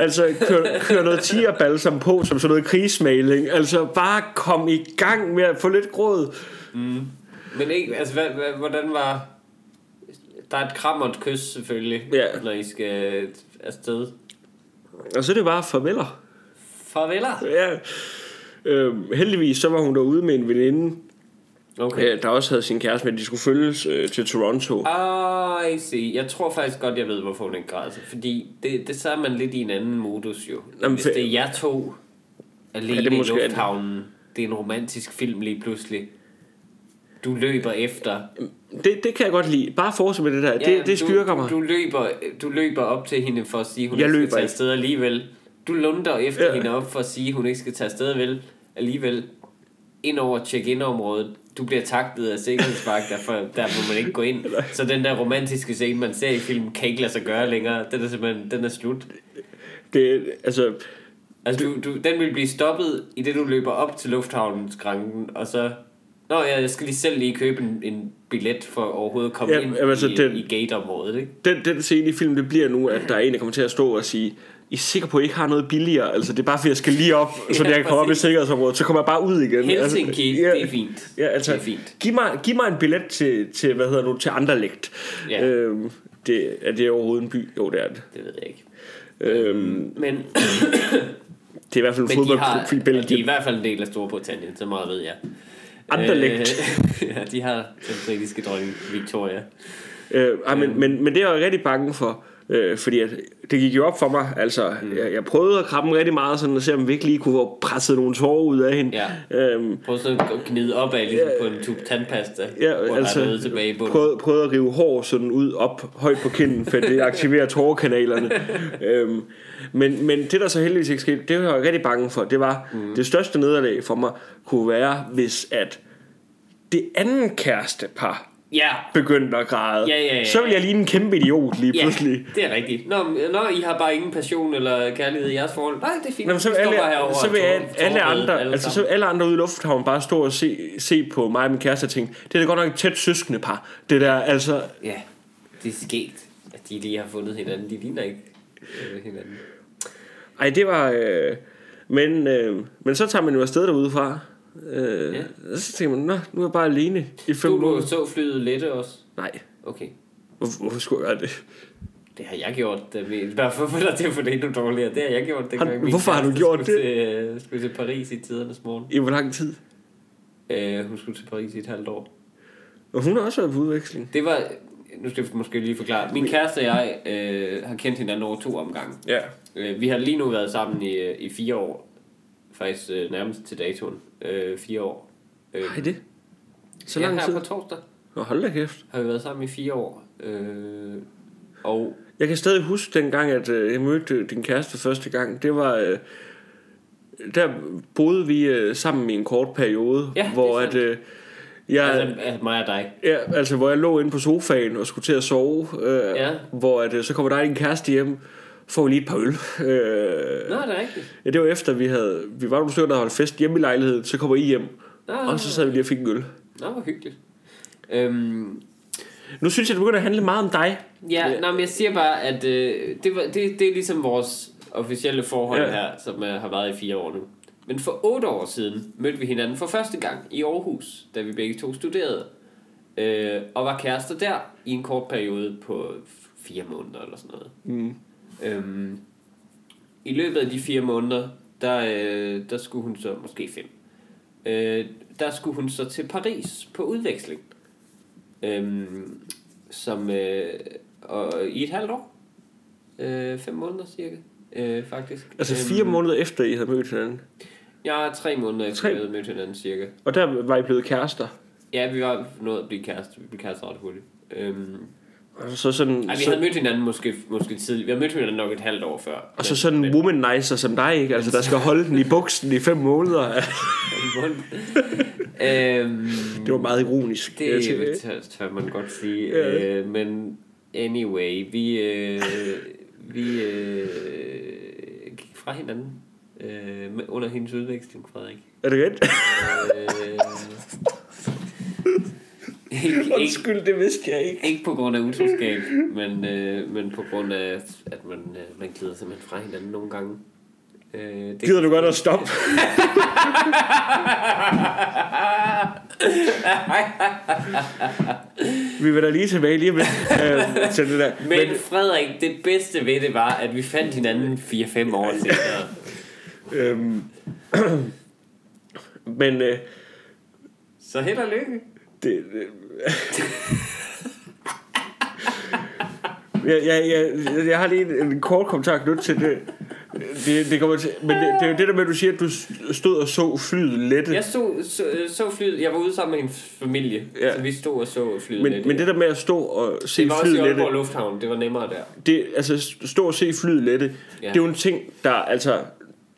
A: Altså kør, kør noget tigerbalsam på, som sådan noget krigsmaling. Altså bare kom i gang med at få lidt gråd.
B: Men ikke, altså, hvad, hvad, hvordan var... Der er et kram og et kys, selvfølgelig,
A: Ja.
B: når I skal øh, afsted.
A: Og så er det bare farveler.
B: Farveler.
A: Ja. Øhm, heldigvis så var hun derude med en veninde,
B: Okay.
A: øh, der også havde sin kæreste, men de skulle følges øh, til Toronto.
B: Ah, I see. Jeg tror faktisk godt, jeg ved, hvorfor hun ikke græd. Fordi det, det så er man lidt i en anden modus jo.
A: Jamen,
B: Hvis
A: for-
B: det er jer to alene
A: Ja, det
B: det
A: er
B: måske,
A: måske-
B: i lufthavnen, det er en romantisk film lige pludselig. Du løber efter.
A: Det, det kan jeg godt lide. Bare fortsæt med det der. Ja, det, det styrker
B: du,
A: mig.
B: Du løber, du løber op til hende for at sige, hun
A: Jeg
B: jeg ikke
A: løber
B: skal tage
A: ikke.
B: afsted alligevel. Du lunder efter
A: Ja.
B: ja. hende op for at sige, hun ikke skal tage afsted vel, alligevel. Ind over check-in-området. Du bliver taklet af sikkerhedsvagter, for der må man ikke gå ind. Så den der romantiske scene, man ser i filmen, kan ikke lade sig gøre længere. Den er simpelthen den er slut.
A: Det, altså,
B: Altså, du, du, den vil blive stoppet, i det du løber op til lufthavnskranken, og så... Nå ja, jeg skal lige selv lige købe en, en billet for overhovedet at komme
A: Ja,
B: ja, ind
A: jamen, altså,
B: i,
A: den-
B: i gateområdet, ikke?
A: den, den scene i filmen, det bliver nu, at der er en, der kommer til at stå og sige, I er sikre på, at I ikke har noget billigere? Altså, det er bare, fordi jeg skal lige op, så
B: Ja,
A: jeg kan komme op i
B: præcis.
A: sikkerhedsområdet. Så kommer jeg bare ud igen.
B: Helsinki,
A: altså,
B: det er fint.
A: Ja, altså,
B: Det er fint.
A: Giv, mig, giv mig en billet til, til hvad hedder nu, til Anderlecht.
B: Ja.
A: Øhm, det, er det overhovedet en by? Jo, det er det.
B: Det ved jeg ikke.
A: Øhm,
B: Men,
A: det er i hvert fald en
B: men de,
A: fodboldklub
B: har,
A: i
B: de er i
A: Belgien.
B: hvert fald en del af Storbritannien, så meget ved jeg.
A: Anderlecht.
B: Øh, ja, de har den britiske dronning Victoria.
A: Øh, ej,
B: øhm.
A: men, men, men det er jeg rigtig bange for, øh, fordi at, det gik jo op for mig. Altså, mm. jeg, jeg prøvede at kramme rigtig meget, sådan, og se om vi ikke lige kunne få presset nogle tårer ud af hende.
B: Ja.
A: Øhm,
B: Prøv så at gnide opad ligesom på en tube tandpasta,
A: ja,
B: hvor
A: altså,
B: der er noget tilbage i bunden.
A: prøvede, prøvede at rive hår sådan ud op højt på kinden, for det aktiverer tårerkanalerne. øhm, men, men det, der så heldigvis ikke skete, det var jeg rigtig bange for. Det var mm. det største nederlag for mig kunne være, hvis at det anden kærestepar
B: Ja,
A: begyndte at græde.
B: Ja, ja, ja,
A: så ville jeg lige en kæmpe idiot lige
B: ja,
A: pludselig.
B: det er rigtigt. Nå, men- nå, I har bare ingen passion eller kærlighed i jeres forhold. Nej, det er fint.
A: Nå, men så
B: Vi
A: vil
B: står
A: alle,
B: bare herovre
A: så
B: og
A: vil
B: tårer-
A: alle, alle
B: tårer
A: andre,
B: alle
A: altså, så
B: sammen.
A: vil alle andre ude i lufthavnen bare stå og se, se på mig og min kæreste og tænke, det er da godt nok et tæt søskende par. Det der, altså,
B: Ja, det er sket, at de lige har fundet hinanden. De ligner ikke øh, hinanden.
A: ej, det var... Øh, men, øh, men så tager man jo afsted derude fra. Øh,
B: Ja.
A: og Så tænker man, Nå, nu er jeg bare alene i fem
B: Du,
A: måneder.
B: du så flyet lette også.
A: Nej,
B: Okay.
A: hvor, hvorfor skulle jeg gøre det?
B: Det har jeg gjort. øh, Da vi, hvorfor får dig til at få det endnu dårligere? Det har jeg gjort. Det
A: Har- hvorfor har du gjort
B: skulle Til, øh, skulle til Paris i tidernes morgen.
A: I hvor lang tid?
B: Øh, hun skulle til Paris i et halvt år.
A: Og hun har også været på udveksling.
B: Det var... Nu skal jeg måske lige forklare. Min kæreste og jeg øh, har kendt hinanden over to omgange.
A: Ja.
B: Øh, vi har lige nu været sammen i, øh, i fire år. Faktisk øh, nærmest til datoen. Øh, fire år. Øh,
A: Ej, det. Så
B: ja,
A: lang
B: her
A: tid.
B: på torsdag
A: Nå, hold da kæft.
B: har vi været sammen i fire år. Øh, og
A: Jeg kan stadig huske dengang, at øh, jeg mødte din kæreste første gang. Det var... Øh, der boede vi øh, sammen i en kort periode,
B: Ja, det er
A: hvor at...
B: sandt.
A: Øh, jeg, altså,
B: altså, altså mig og dig.
A: ja, altså, hvor jeg lå inde på sofaen og skulle til at sove. Øh,
B: Ja.
A: Hvor at, øh, så kommer der din kæreste hjem, får lige et par øl. Øh,
B: Nå, det er rigtigt.
A: ja, det var efter, vi havde... Vi var nogle stykker, der holdt fest hjemme i lejligheden. Så kommer I hjem,
B: Nå,
A: og så sad vi lige og fik en øl.
B: Nå, hvor hyggeligt. Øhm,
A: Nu synes jeg, det begynder at handle meget om dig.
B: ja,
A: Ja.
B: ja. Nå, men jeg siger bare, at øh, det, var, det, det er ligesom vores officielle forhold
A: Ja.
B: ja. her, som øh, har været i fire år nu. Men for otte år siden mødte vi hinanden for første gang i Aarhus, da vi begge to studerede. Øh, og var kærester der i en kort periode på fire måneder eller sådan noget.
A: Mm.
B: Øhm, I løbet af de fire måneder, der, øh, der skulle hun så, måske fem, øh, der skulle hun så til Paris på udveksling. Øhm, som, øh, og i et halvt år. Øh, fem måneder cirka, øh, faktisk.
A: Altså
B: Øhm,
A: fire måneder efter, I havde mødt hinanden.
B: Ja, tre måneder efter
A: Tre-
B: vi havde mødt hinanden cirka.
A: Og der var I blevet kærester.
B: Ja, vi var nået at blive kærester. Vi blev kærester ret hurtigt. Øhm,
A: Og så sådan,
B: ej, vi
A: så,
B: havde mødt hinanden måske, måske tidligt. Vi havde mødt hinanden nok et halvt år før.
A: og så sådan en womanizer som dig, ikke? Altså, der skal holde den i buksen i fem måneder.
B: øhm,
A: Det var meget ironisk. Øh, Jeg tænker,
B: Det tør, tør man godt sige.
A: Ja.
B: Yeah. Øh, men anyway, vi, øh, vi øh, gik fra hinanden. Øh, øh, med- under hendes udveksling, Frederik.
A: Er det rigtigt?
B: Øh, ikke, ikke,
A: Undskyld, det vidste jeg ikke.
B: ikke på grund af utroskab, men, øh, men på grund af, at man, øh, man glider simpelthen fra hinanden nogle gange. Øh, det,
A: Gider du godt at stoppe? Vi vil da lige tilbage lige med øh, til det der.
B: men Frederik, det bedste ved det var, at vi fandt hinanden 4-5 år senere.
A: øhm, men øh,
B: Så held og lykke.
A: det, øh, jeg, jeg, jeg, jeg har lige en, en kort kommentar knyttet til det. Det, det kommer til, men det, det er jo det der med, at du siger, at du stod og så flyet lette.
B: Jeg så, så, så flyet. Jeg var ude sammen med hendes familie,
A: Ja.
B: ja. så vi stod og så flyet.
A: men,
B: lidt.
A: men det der med at stå og se
B: det var også i
A: flyet lette,
B: Aalborg Lufthavn, det var nemmere der.
A: det, altså stå og se flyet lette, ja.
B: Ja.
A: det er jo en ting, der altså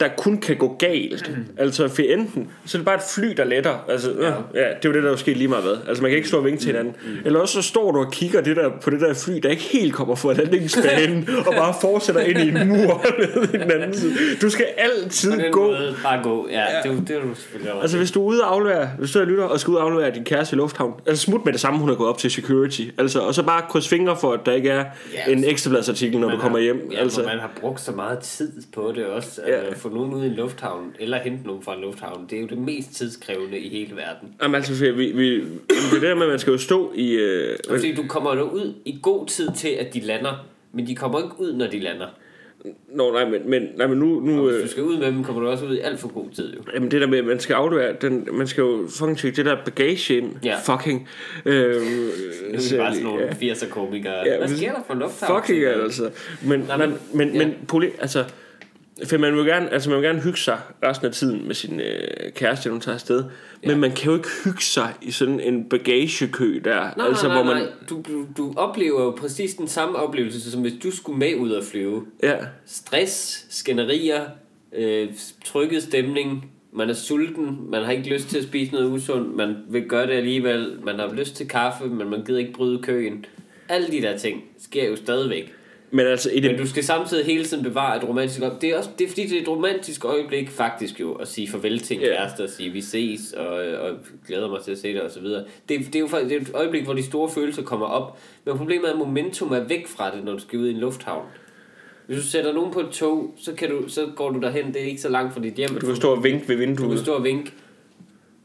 A: der kun kan gå galt. Altså for enten, så er det bare et fly, der letter. Altså, ja. ja, det er jo det, der er sket lige meget hvad. Altså man kan ikke stå og vinke til
B: Mm,
A: hinanden. Eller også så står du og kigger det der, på det der fly, der ikke helt kommer fra landingsbanen, og bare fortsætter ind i en mur nede i den anden side. Du skal altid
B: På den
A: gå
B: måde, bare gå. Ja, ja. Det, det var du selvfølgelig ret.
A: Altså hvis du er ude og aflevere, hvis du er lytter og skal ud og aflevere din kæreste i lufthavn, altså smut med det samme, hun er gået op til security. Altså, og så bare kryds fingre for, at der ikke er
B: Ja,
A: en ekstrabladsartikel, når du
B: Man
A: kommer
B: har-
A: hjem.
B: Ja, altså.
A: altså,
B: man har brugt så meget tid på det også. At
A: Ja.
B: ja. få nogen ud i lufthavnen, eller hente nogen fra en lufthavn. Det er jo det mest tidskrævende i hele verden.
A: jamen, altså vi, vi, vi, det der med, at man skal jo stå i... Øh,
B: Og Fordi du kommer jo ud i god tid til, at de lander. Men de kommer ikke ud, når de lander.
A: nå, nej, men, men, nej, men nu... nu
B: Hvis
A: øh,
B: du skal ud med dem, kommer du også ud i alt for god tid jo.
A: Jamen det der med, at man skal aflevere, den, man skal jo fucking tygge det der bagage ind,
B: Ja.
A: fucking. Øh,
B: Nu er vi bare sådan nogle 80'er komikere.
A: Ja,
B: Hvad
A: hvis-
B: sker der for lufthavn?
A: Fucking altså. Men, nej,
B: Nej,
A: men,
B: men-
A: men,
B: ja.
A: men problem, altså, for man vil, gerne, altså man vil gerne hygge sig resten af tiden med sin øh, kæreste, når hun tager afsted. Men man kan jo ikke hygge sig i sådan en bagagekø der.
B: Nej,
A: altså,
B: altså, nej,
A: hvor
B: nej,
A: man,
B: nej. Du, du, du oplever jo præcis den samme oplevelse, som hvis du skulle med ud at flyve.
A: Ja,
B: stress, skænderier, øh, trykket stemning, man er sulten, man har ikke lyst til at spise noget usundt, man vil gøre det alligevel, man har lyst til kaffe, men man gider ikke bryde køen. Alle de der ting sker jo stadigvæk.
A: men altså i det...
B: Men du skal samtidig hele tiden bevare et romantisk øjeblik. Det er, også, det er fordi, det er et romantisk øjeblik faktisk jo, at sige farvel til en
A: Ja.
B: yeah. kæreste og sige, vi ses, og, og glæder mig til at se dig, og så videre. Det, det er jo faktisk det er et øjeblik, hvor de store følelser kommer op. Men problemet er, at momentum er væk fra det, når du skal ud i en lufthavn. Hvis du sætter nogen på et tog, så, kan du, så går du derhen. Det er ikke så langt fra dit hjem.
A: du kan stå og vinke ved vinduet.
B: Du kan stå og vinke.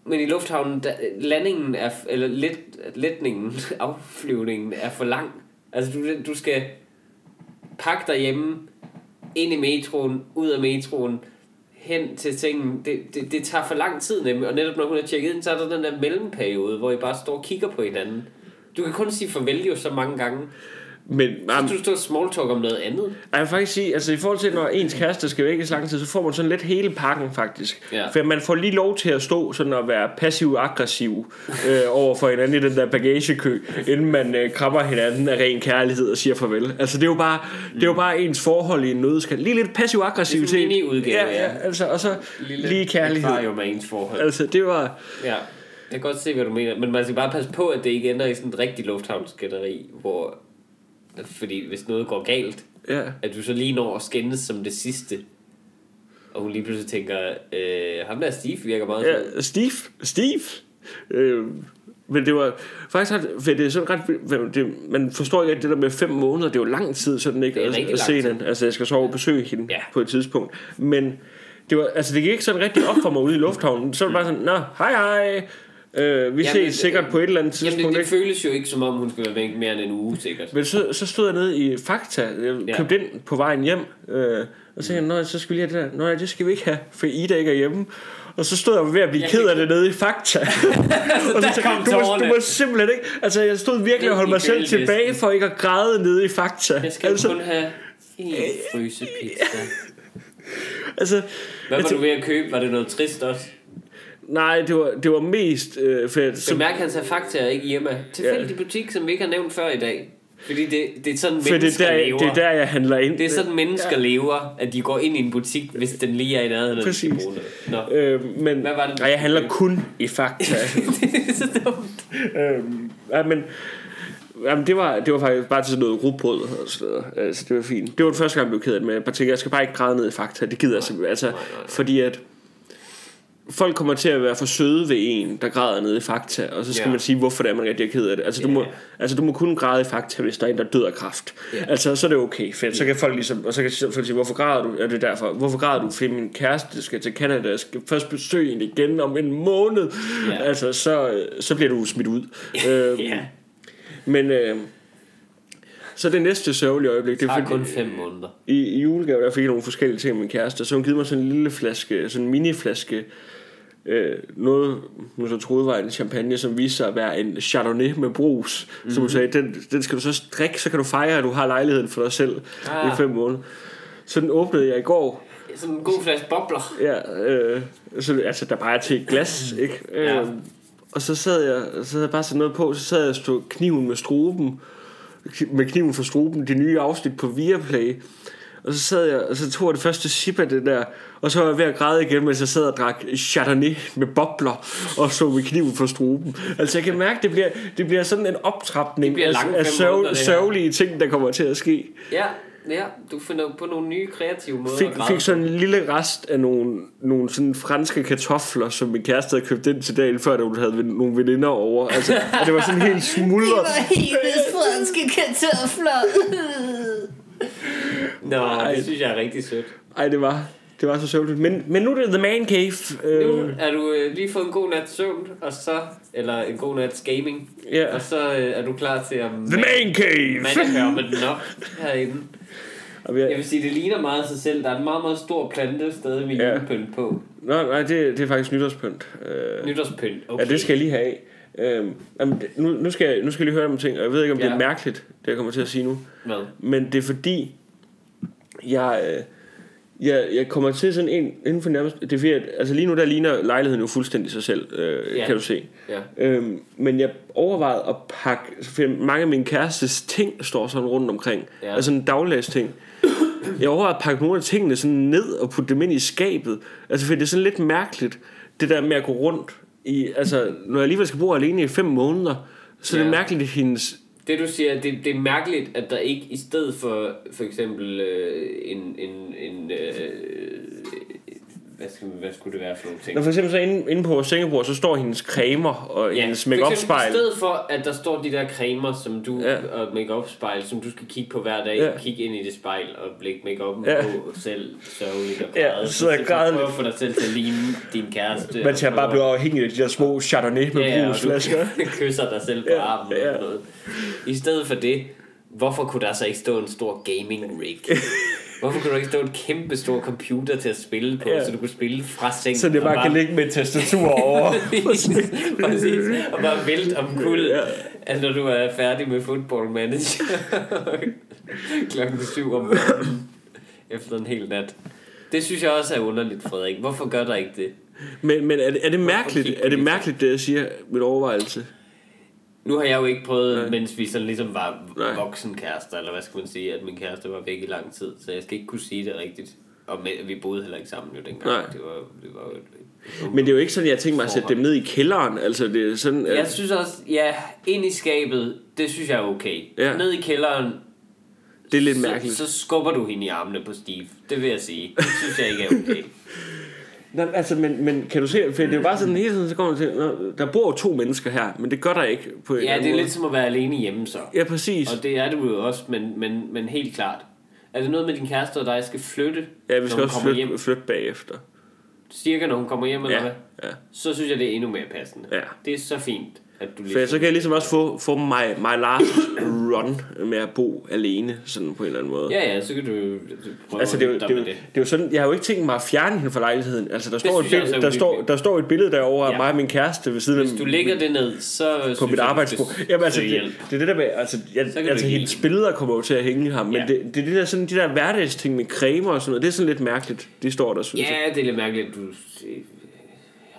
B: Men i lufthavnen, der, landingen er, eller let, letningen, afflyvningen er for lang. Altså du, du skal pakke derhjemme, ind i metroen, ud af metroen, hen til sengen. Det, det, det tager for lang tid nemlig, og netop når hun er tjekket ind, så er der den der mellemperiode, hvor I bare står og kigger på hinanden. Du kan kun sige farvel jo så mange gange.
A: Men,
B: Så
A: jamen,
B: skal du står og smalltalk om noget andet.
A: Og Jeg vil faktisk sige, altså i forhold til, når ens kæreste skal væk i så lang tid, så får man sådan lidt hele pakken faktisk.
B: Ja.
A: For man får lige lov til at stå sådan og være passiv-aggressiv øh, over for hinanden i den der bagagekø, inden man øh, krammer hinanden af ren kærlighed og siger farvel. Altså det er jo bare, det er jo bare ens forhold i en nødskal. Lige lidt passiv-aggressiv
B: Det er sådan en
A: til.
B: mini-udgave,
A: ja, ja.
B: ja.
A: Altså, og så lige kærlighed.
B: jo med ens forhold.
A: Altså det var...
B: Ja, jeg kan godt se, hvad du mener. Men man skal bare passe på, at det ikke ender i sådan et rigtigt lufthavnsskænderi, hvor... Fordi hvis noget går galt,
A: Ja.
B: at du så lige når at skændes som det sidste, og hun lige pludselig tænker, øh, ham der Steve virker meget sød."
A: Ja, Steve. Steve. Øh, men det var faktisk ret, for det er sådan ret, vildt, det, man forstår ikke at det der med fem måneder, det er jo lang tid sådan ikke
B: Det er
A: at,
B: rigtig
A: at
B: lang
A: se
B: tid.
A: hende. Altså jeg skal så over og besøge hende ja.
B: Ja.
A: på et tidspunkt. Men det var, altså det gik ikke sådan rigtig op for mig ude i lufthavnen. Så var det bare sådan, nå, hej hej. Øh, vi
B: Jamen,
A: ses
B: det-
A: sikkert på et eller andet tidspunkt.
B: Jamen det, det
A: ikke?
B: føles jo ikke, som om hun skulle være væk mere end en uge, sikkert.
A: Men så, så stod jeg nede i Fakta, jeg
B: Ja.
A: købte ind på vejen hjem, øh, og så sagde jeg, "Nå, så skal vi lige have det der. Nej, det skal vi ikke have, for Ida ikke er hjemme. Og så stod jeg ved at blive
B: Jeg
A: ked
B: fik-
A: af det nede i Fakta. og så
B: der
A: tænkte,
B: kom
A: jeg, du, må,
B: tårerne."
A: du må simpelthen ikke... Altså, jeg stod virkelig og holdt mig
B: Ned i
A: selv
B: kølelisten.
A: tilbage for ikke at græde nede i Fakta.
B: Jeg skal
A: altså,
B: altså... kun have en frysepizza.
A: altså,
B: Hvad
A: jeg
B: var du
A: tænkte,
B: ved at købe? Var det noget trist også?
A: nej, det var, det var mest... Øh, for jeg,
B: Så
A: som,
B: mærker han sig fakta ikke hjemme. Tilfældig butik, som vi ikke har nævnt før i dag. Fordi det, det er sådan,
A: for
B: mennesker
A: det, er der,
B: lever.
A: det er der, jeg handler ind.
B: Det er sådan, mennesker ja. lever, at de går ind i en butik, hvis den lige er i nærheden af
A: Præcis.
B: Præcis. Nå.
A: Øh, men
B: Hvad var det, du
A: nej, jeg handler
B: skulle
A: kun i Fakta.
B: det er så dumt.
A: Øhm, ja, men Jamen, det var, det var faktisk bare til sådan noget rugbrød og sådan noget. Altså, det var fint. Det var den første gang, jeg blev ked af det, men jeg bare tænkte, jeg skal bare ikke græde ned i fakta. Det gider jeg simpelthen. Altså, fordi at folk kommer til at være for søde ved en, der græder ned i fakta, og så skal
B: Ja.
A: yeah. man sige, hvorfor det er, man rigtig er ked af det. Altså, du,
B: Ja,
A: må,
B: ja.
A: altså, du må kun græde i fakta, hvis der er en, der dør af kraft.
B: Ja.
A: Altså, så er det okay, fedt. Så kan folk ligesom, og så kan folk sige, hvorfor græder du? Ja, det er derfor. Hvorfor græder du? Fordi min kæreste skal til Canada, jeg skal først besøge hende igen om en måned.
B: Ja.
A: Altså, så, så bliver du smidt ud. Øhm,
B: Ja.
A: men øh, så det næste sørgelige øjeblik, det
B: Det
A: er
B: er kun
A: fordi,
B: fem måneder.
A: i, i julegave, der fik jeg nogle forskellige ting af min kæreste, så hun givet mig sådan en lille flaske, sådan en miniflaske, øh, noget, hun så troede var en champagne, som viste sig at være en chardonnay med brus, mm-hmm. som hun sagde, den, den skal du så drikke, så kan du fejre, at du har lejligheden for dig selv ah.
B: Ah.
A: i fem måneder. Så den åbnede jeg i går,
B: Sådan en god flaske bobler.
A: ja, øh, så, altså der bare er til et glas, ikke? Øh,
B: Ja.
A: Og så sad jeg, så havde jeg bare sådan noget på, så sad jeg og stod kniven med struben, med kniven for struben, det nye afsnit på Viaplay. Og så sad jeg, og så tog jeg det første sip af det der, og så var jeg ved at græde igen, mens jeg sad og drak Chardonnay med bobler, og så med kniven for struben. Altså jeg kan mærke, det bliver, det bliver sådan en optrapning
B: Det bliver
A: af,
B: lange
A: af
B: fem
A: sørg-
B: måneder, det her.
A: sørgelige ting, der kommer til at ske.
B: Ja, ja. Du finder på nogle nye kreative måder
A: fik,
B: at græde.
A: fik sådan en lille rest af nogle, nogle sådan franske kartofler, som min kæreste havde købt ind til dagen før, da hun havde ven- nogle veninder over. Altså, og det var sådan helt smuldret.
C: Hendes franske kartofler.
B: Nå, det synes jeg er rigtig sødt.
A: Ej, det var, det var så sørgeligt. Men, men nu er det The Man Cave. Øh,
B: Nu er du øh, lige fået en god nats søvn, og så, eller en god nats gaming,
A: Ja.
B: og så øh, er du klar til at
A: The Man Cave!
B: mandagøre med den op herinde.
A: Og vi er-
B: Jeg vil sige, det ligner meget sig selv. Der er en meget, meget stor plante stadig med
A: Ja.
B: julepynt på.
A: Nå, nej, det, det er faktisk nytårspynt. Øh,
B: Nytårspynt, okay.
A: ja, det skal jeg lige have af. Øhm, jamen, det- nu, nu, skal jeg, nu skal jeg lige høre om ting, og jeg ved ikke, om det
B: Ja.
A: er mærkeligt, det jeg kommer til at sige nu.
B: Hvad?
A: Men det er fordi Jeg øh, jeg, jeg kommer til sådan en Inden for nærmest det er fordi, at, altså Lige nu der ligner lejligheden jo fuldstændig sig selv øh,
B: Ja.
A: Kan du se
B: Ja.
A: øhm, Men jeg overvejede at pakke for Mange af min kærestes ting står sådan rundt omkring
B: Ja.
A: Altså en dagligdags ting Jeg overvejede at pakke nogle af tingene sådan ned Og putte dem ind i skabet Altså fordi det er sådan lidt mærkeligt Det der med at gå rundt i, altså, Når jeg alligevel skal bo alene i fem måneder Så er det
B: Ja.
A: mærkeligt at hendes
B: Det du siger, det, det er mærkeligt, at der ikke i stedet for for eksempel øh, en, en, en øh, hvad, skal, man- hvad skulle det være for nogle ting?
A: Når for eksempel så inde, inde på vores sengebord, så står hendes cremer og ja, hendes
B: for eksempel
A: make
B: I
A: spejl
B: stedet for, at der står de der cremer som du,
A: Ja.
B: ja. og make spejl som du skal kigge på hver dag,
A: Ja.
B: ja. kigge ind i det spejl og lægge make
A: Ja.
B: på selv, sørgeligt og
A: Ja,
B: græde.
A: sidde og græde
B: Prøv
A: lidt.
B: at få dig selv til at ligne din kæreste.
A: Man tager
B: og
A: bare
B: prøve-
A: blive afhængig af de der små chardonnay med ja,
B: ja, og
A: brusflasker.
B: du kysser dig selv på
A: Ja,
B: armen
A: ja.
B: ja. noget. I stedet for det, hvorfor kunne der så ikke stå en stor gaming rig? Hvorfor kunne der ikke stå en kæmpe stor computer til at spille på,
A: Ja.
B: ja. så du kunne spille fra sengen?
A: Så det
B: og
A: bare kan ligge med et tastatur over.
B: Præcis, præcis. Og bare vælte om kul, at når du er færdig med football manager klokken syv om morgenen efter en hel nat. Det synes jeg også er underligt, Frederik. Hvorfor gør der ikke det?
A: Men, men er, det, er det
B: kigge
A: mærkeligt,
B: på
A: er det
B: det?
A: mærkeligt, det jeg siger, mit overvejelse?
B: Nu har jeg jo ikke prøvet, Nej. mens vi sådan ligesom var
A: Nej.
B: voksenkærester, eller hvad skal man sige, at min kæreste var væk i lang tid, så jeg skal ikke kunne sige det rigtigt. Og med, vi boede heller ikke sammen jo dengang.
A: Nej.
B: Det var, det var jo et,
A: Men det er jo ikke sådan, jeg tænker mig at sætte dem ned i kælderen. Altså, det er sådan...
B: Jeg
A: At,
B: synes også, ja, ind i skabet, det synes jeg er okay.
A: Ja.
B: Ned i kælderen,
A: det er lidt
B: så,
A: mærkeligt.
B: så skubber du hende i armene på Steve. Det vil jeg sige. Det synes jeg ikke er okay.
A: Nå, men altså, men, men kan du se, for det er jo bare sådan hele tiden, så kommer man til, nå, der bor jo to mennesker her, men det gør der ikke på en eller
B: Ja,
A: anden
B: det er
A: måde.
B: lidt som at være alene hjemme så.
A: Ja, præcis.
B: Og det er du jo også, men, men, men helt klart. Er det noget med din kæreste og dig skal flytte,
A: Ja, vi
B: når
A: skal
B: hun
A: også
B: kommer hjem?
A: flytte, flytte bagefter.
B: Cirka når hun kommer hjem, eller
A: Ja,
B: hvad?
A: ja.
B: Så synes jeg, det er endnu mere passende.
A: Ja.
B: Det er så fint, at du lige...
A: For så kan jeg ligesom også få, få my, my last run med at bo alene, sådan på en eller anden måde.
B: Ja, ja, så kan du jo prøve
A: Altså, det er, jo,
B: at
A: det,
B: dig
A: er jo,
B: med
A: det er jo sådan, jeg har jo ikke tænkt mig at fjerne hende fra lejligheden. Altså, der står, et
B: synes jeg også
A: billede,
B: er
A: der, står,
B: uhyggeligt.
A: der står et billede derovre af
B: Ja.
A: mig og min kæreste ved siden af
B: Hvis du lægger det ned, så... synes
A: på
B: jeg, du
A: mit
B: skal
A: arbejdsbord. Jamen, altså,
B: søge hjælp.
A: det, det er det der med, altså, jeg,
B: kan du
A: altså
B: ikke
A: hendes
B: lide
A: billeder kommer jo til at hænge ham, men
B: Ja.
A: det, det er det der, sådan, de der hverdagsting med cremer og sådan noget, det er sådan lidt mærkeligt, de står der, synes jeg.
B: Ja, det er lidt mærkeligt, at du... øh,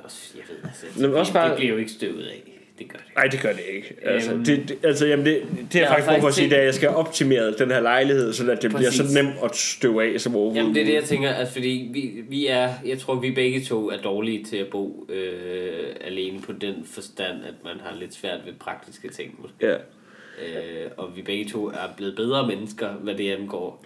B: også- Jeg ved altså,
A: Men
B: det,
A: også
B: også
A: bare-
B: bare... det bliver jo ikke støvet af. Det gør det.
A: Nej, det gør det ikke. Altså,
B: Øhm.
A: det, det, altså jamen, det, det er
B: Jeg har
A: faktisk brug for at
B: faktisk
A: sige,
B: tænkt-
A: det er, at jeg skal have optimeret den her lejlighed, så at det bliver så
B: Præcis.
A: nemt at støve af som overhovedet.
B: Jamen det er det,
A: muligt.
B: jeg tænker, altså, fordi vi, vi er, jeg tror, vi begge to er dårlige til at bo øh, alene på den forstand, at man har lidt svært ved praktiske ting måske.
A: Ja.
B: Øh, og vi begge to er blevet bedre mennesker, hvad det angår,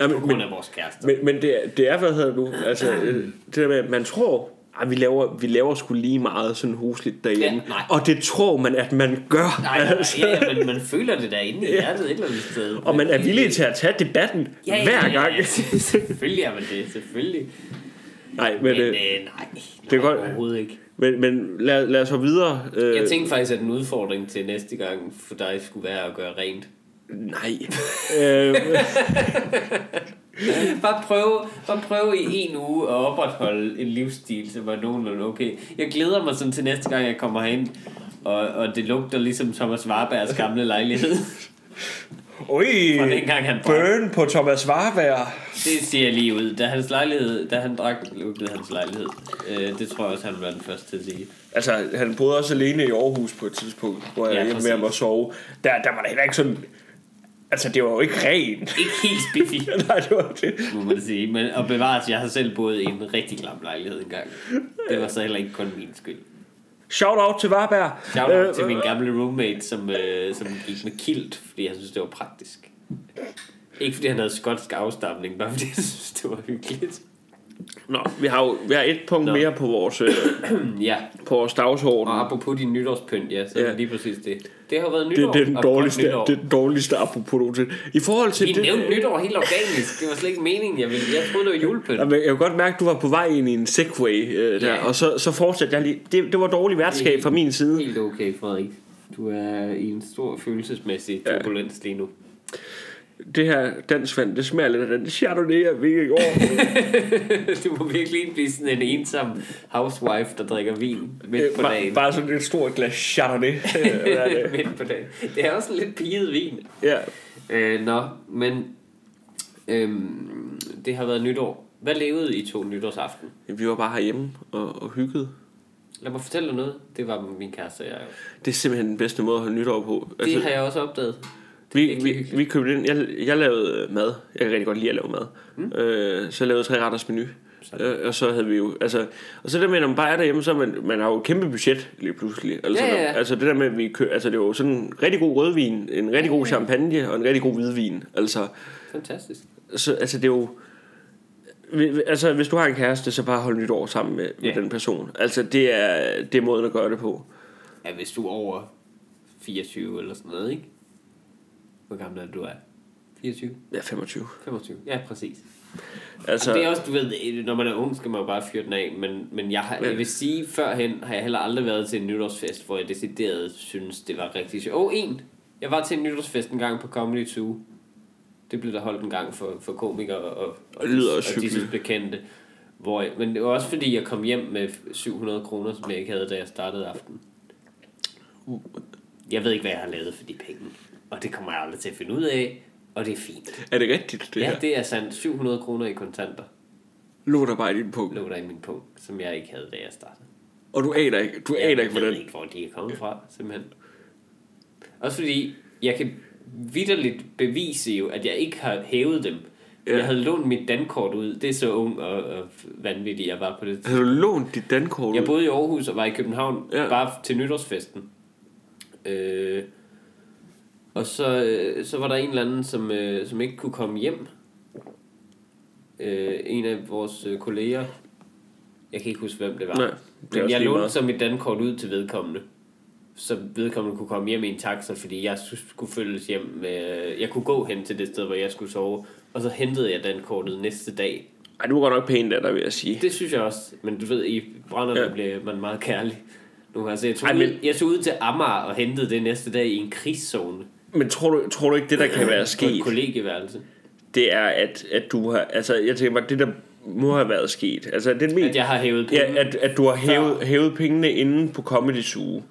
A: Ja,
B: på
A: men, men,
B: grund af vores kærester.
A: men, men det, er- det er, hvad hedder det nu, altså, øh, det der med, at man tror, at vi laver, vi laver sgu lige meget sådan husligt derhjemme.
B: Ja, nej.
A: og det tror man, at man gør.
B: Nej, nej, ja, ja, men man føler det derinde i hjertet et eller andet sted.
A: Altså. Og man er villig til at tage debatten ja, ja, hver gang.
B: Ja, selvfølgelig er man det, selvfølgelig.
A: Nej, men,
B: Men,
A: men,
B: øh,
A: øh,
B: nej, nej, det
A: kan
B: er
A: godt-
B: godt. overhovedet ikke.
A: men, men lad, lad os så videre. Øh,
B: Jeg tænkte faktisk, at en udfordring til næste gang for dig skulle være at gøre rent.
A: Nej. øh,
B: Bare prøve, bare prøve i en uge at opretholde en livsstil, som er nogenlunde okay. Jeg glæder mig sådan til næste gang, jeg kommer hen, og, og det lugter ligesom Thomas Warbergs gamle lejlighed.
A: Ui,
B: Fra dengang han
A: burn på Thomas Warberg.
B: Det siger jeg lige ud. Da hans lejlighed, da han drak, lugtede hans lejlighed. Øh, det tror jeg også, han var den første til at sige.
A: Altså, han boede også alene i Aarhus på et tidspunkt, hvor jeg
B: Ja,
A: ja, hjemme med
B: præcis.
A: ham og sove. Der, der var det heller ikke sådan... Altså, det var jo ikke rent.
B: Ikke helt spiffy,
A: Nej, det var det.
B: må man sige. Men at bevares, jeg har selv boet i en rigtig klam lejlighed engang. Det var så heller ikke kun min skyld.
A: Shout out til Warberg.
B: Shout out
A: Øh,
B: til min gamle roommate, som, øh, som gik med kilt, fordi han synes, det var praktisk. Ikke fordi han havde skotsk afstamning, bare fordi han synes, det var hyggeligt.
A: Nå, vi har jo vi har et punkt Nå. mere på vores, øh,
B: ja,
A: på vores dagsorden.
B: og apropos din nytårspynt, ja, så er
A: Ja.
B: det lige præcis det. Det har været
A: det,
B: nytår.
A: det, er den
B: og godt
A: dårligste,
B: nytår.
A: det er den dårligste apropos nogensinde. I forhold til
B: Vi
A: det...
B: nævnte nytår helt organisk. Det var slet ikke meningen. Jeg, ville, jeg troede, det var julepynt.
A: Jamen, Jeg kunne godt mærke, at du var på vej ind i en segway øh, der,
B: Ja.
A: og så, så fortsatte jeg lige. Det, det var dårlig værtskab fra min side.
B: Helt okay, Frederik. Du er i en stor følelsesmæssig
A: Ja.
B: turbulens lige nu.
A: det her dansvand, det smager lidt af den Chardonnay, jeg fik i går.
B: du må virkelig ikke blive sådan en ensom housewife, der drikker vin midt på
A: Øh, bare,
B: dagen.
A: bare sådan et stort glas Chardonnay. Øh, hvad er det?
B: midt på dagen. Det er også en lidt piget vin.
A: ja.
B: Øh, nå, men øhm, det har været nytår. Hvad levede I to nytårsaften?
A: Vi var bare herhjemme og, og hyggede.
B: Lad mig fortælle dig noget. Det var min kæreste og jeg. jo.
A: Det er simpelthen den bedste måde at holde nytår på.
B: Det
A: Altså,
B: har jeg også opdaget.
A: vi,
B: virkelig
A: vi,
B: hyggeligt.
A: vi købte ind. Jeg, jeg lavede øh, mad. Jeg kan rigtig godt lide at lave mad. Mm. Øh, så jeg lavede tre retters menu. Øh, og så havde vi jo altså, Og så det med at når man bare er derhjemme Så er man, man har jo et kæmpe budget Lige pludselig eller
B: Ja,
A: sådan
B: ja,
A: noget.
B: ja.
A: Altså det der med at vi kø, Altså det var jo sådan en rigtig god rødvin En rigtig god champagne Og en rigtig god hvidvin Altså
B: Fantastisk.
A: så, altså det er jo vi- vi- Altså hvis du har en kæreste Så bare hold nytår sammen med, med
B: Ja.
A: den person Altså det er, det er måden at gøre det på
B: Ja, hvis du er over 24 eller sådan noget, ikke? Hvor gammel er det, du er? 24?
A: Ja 25
B: 25? Ja, præcis.
A: Altså
B: Så... Det er også, du ved, når man er ung, skal man jo bare fyre den af, men, men jeg, har, jeg vil sige, førhen har jeg heller aldrig været til en nytårsfest, hvor jeg decideret synes, det var rigtig sjovt. Åh, oh, en! Jeg var til en nytårsfest en gang på Comedy Zoo. Det blev der holdt en gang for, for komikere og, og,
A: Det lyder
B: og,
A: også
B: og disse
A: hyggeligt.
B: bekendte. Hvor jeg, men det var også fordi, jeg kom hjem med 700 kroner, som jeg ikke havde, da jeg startede aftenen. Jeg ved ikke, hvad jeg har lavet for de penge, og det kommer jeg aldrig til at finde ud af, og det er fint.
A: Er det rigtigt det
B: Ja,
A: her?
B: det er sandt. 700 kroner i kontanter
A: Lå dig bare i din punkt
B: lå der i min punkt, som jeg ikke havde, da jeg startede.
A: Og du aner ikke Du
B: Jeg
A: aner ikke
B: ved
A: hvordan
B: ikke, hvor de er kommet fra, simpelthen. Også fordi, jeg kan vidderligt bevise jo, at jeg ikke har hævet dem.
A: Ja.
B: Ja. Jeg havde lånt mit dankort ud. Det er så ung og, og vanvittig, jeg var på det
A: Har du lånt dit dankort
B: jeg
A: ud?
B: boede i Aarhus og var i København
A: Ja.
B: ja. bare til nytårsfesten. Øh, og så, øh, så var der en eller anden, som, øh, som ikke kunne komme hjem. Øh, en af vores øh, kolleger. Jeg kan ikke huske, hvem det var.
A: Nej, det er
B: Men
A: også
B: jeg
A: lige
B: lånte
A: meget.
B: så mit dankort ud til vedkommende. Så vedkommende kunne komme hjem i en taxa, fordi jeg skulle følges hjem med... øh, Jeg kunne gå hen til det sted, hvor jeg skulle sove. Og så hentede jeg dankortet næste dag.
A: Ej, du var godt nok pæn der, der vil jeg sige
B: Det synes jeg også, men du ved, i brænderne
A: Ja.
B: ja. bliver man meget kærlig. Nu har jeg, jeg, tog
A: Ej,
B: Ej,
A: men-
B: ud, jeg tog ud til Amager og hentede det næste dag i en krigszone
A: Men tror du, tror du ikke det der kan være
B: på et
A: sket
B: kollegieværelse.
A: Det er at, at du har Altså jeg tænker mig Det der må have været sket Altså det er min
B: At jeg har hævet penge.
A: Ja, at, at du har hævet, hævet pengene inden på Comedy Zoo.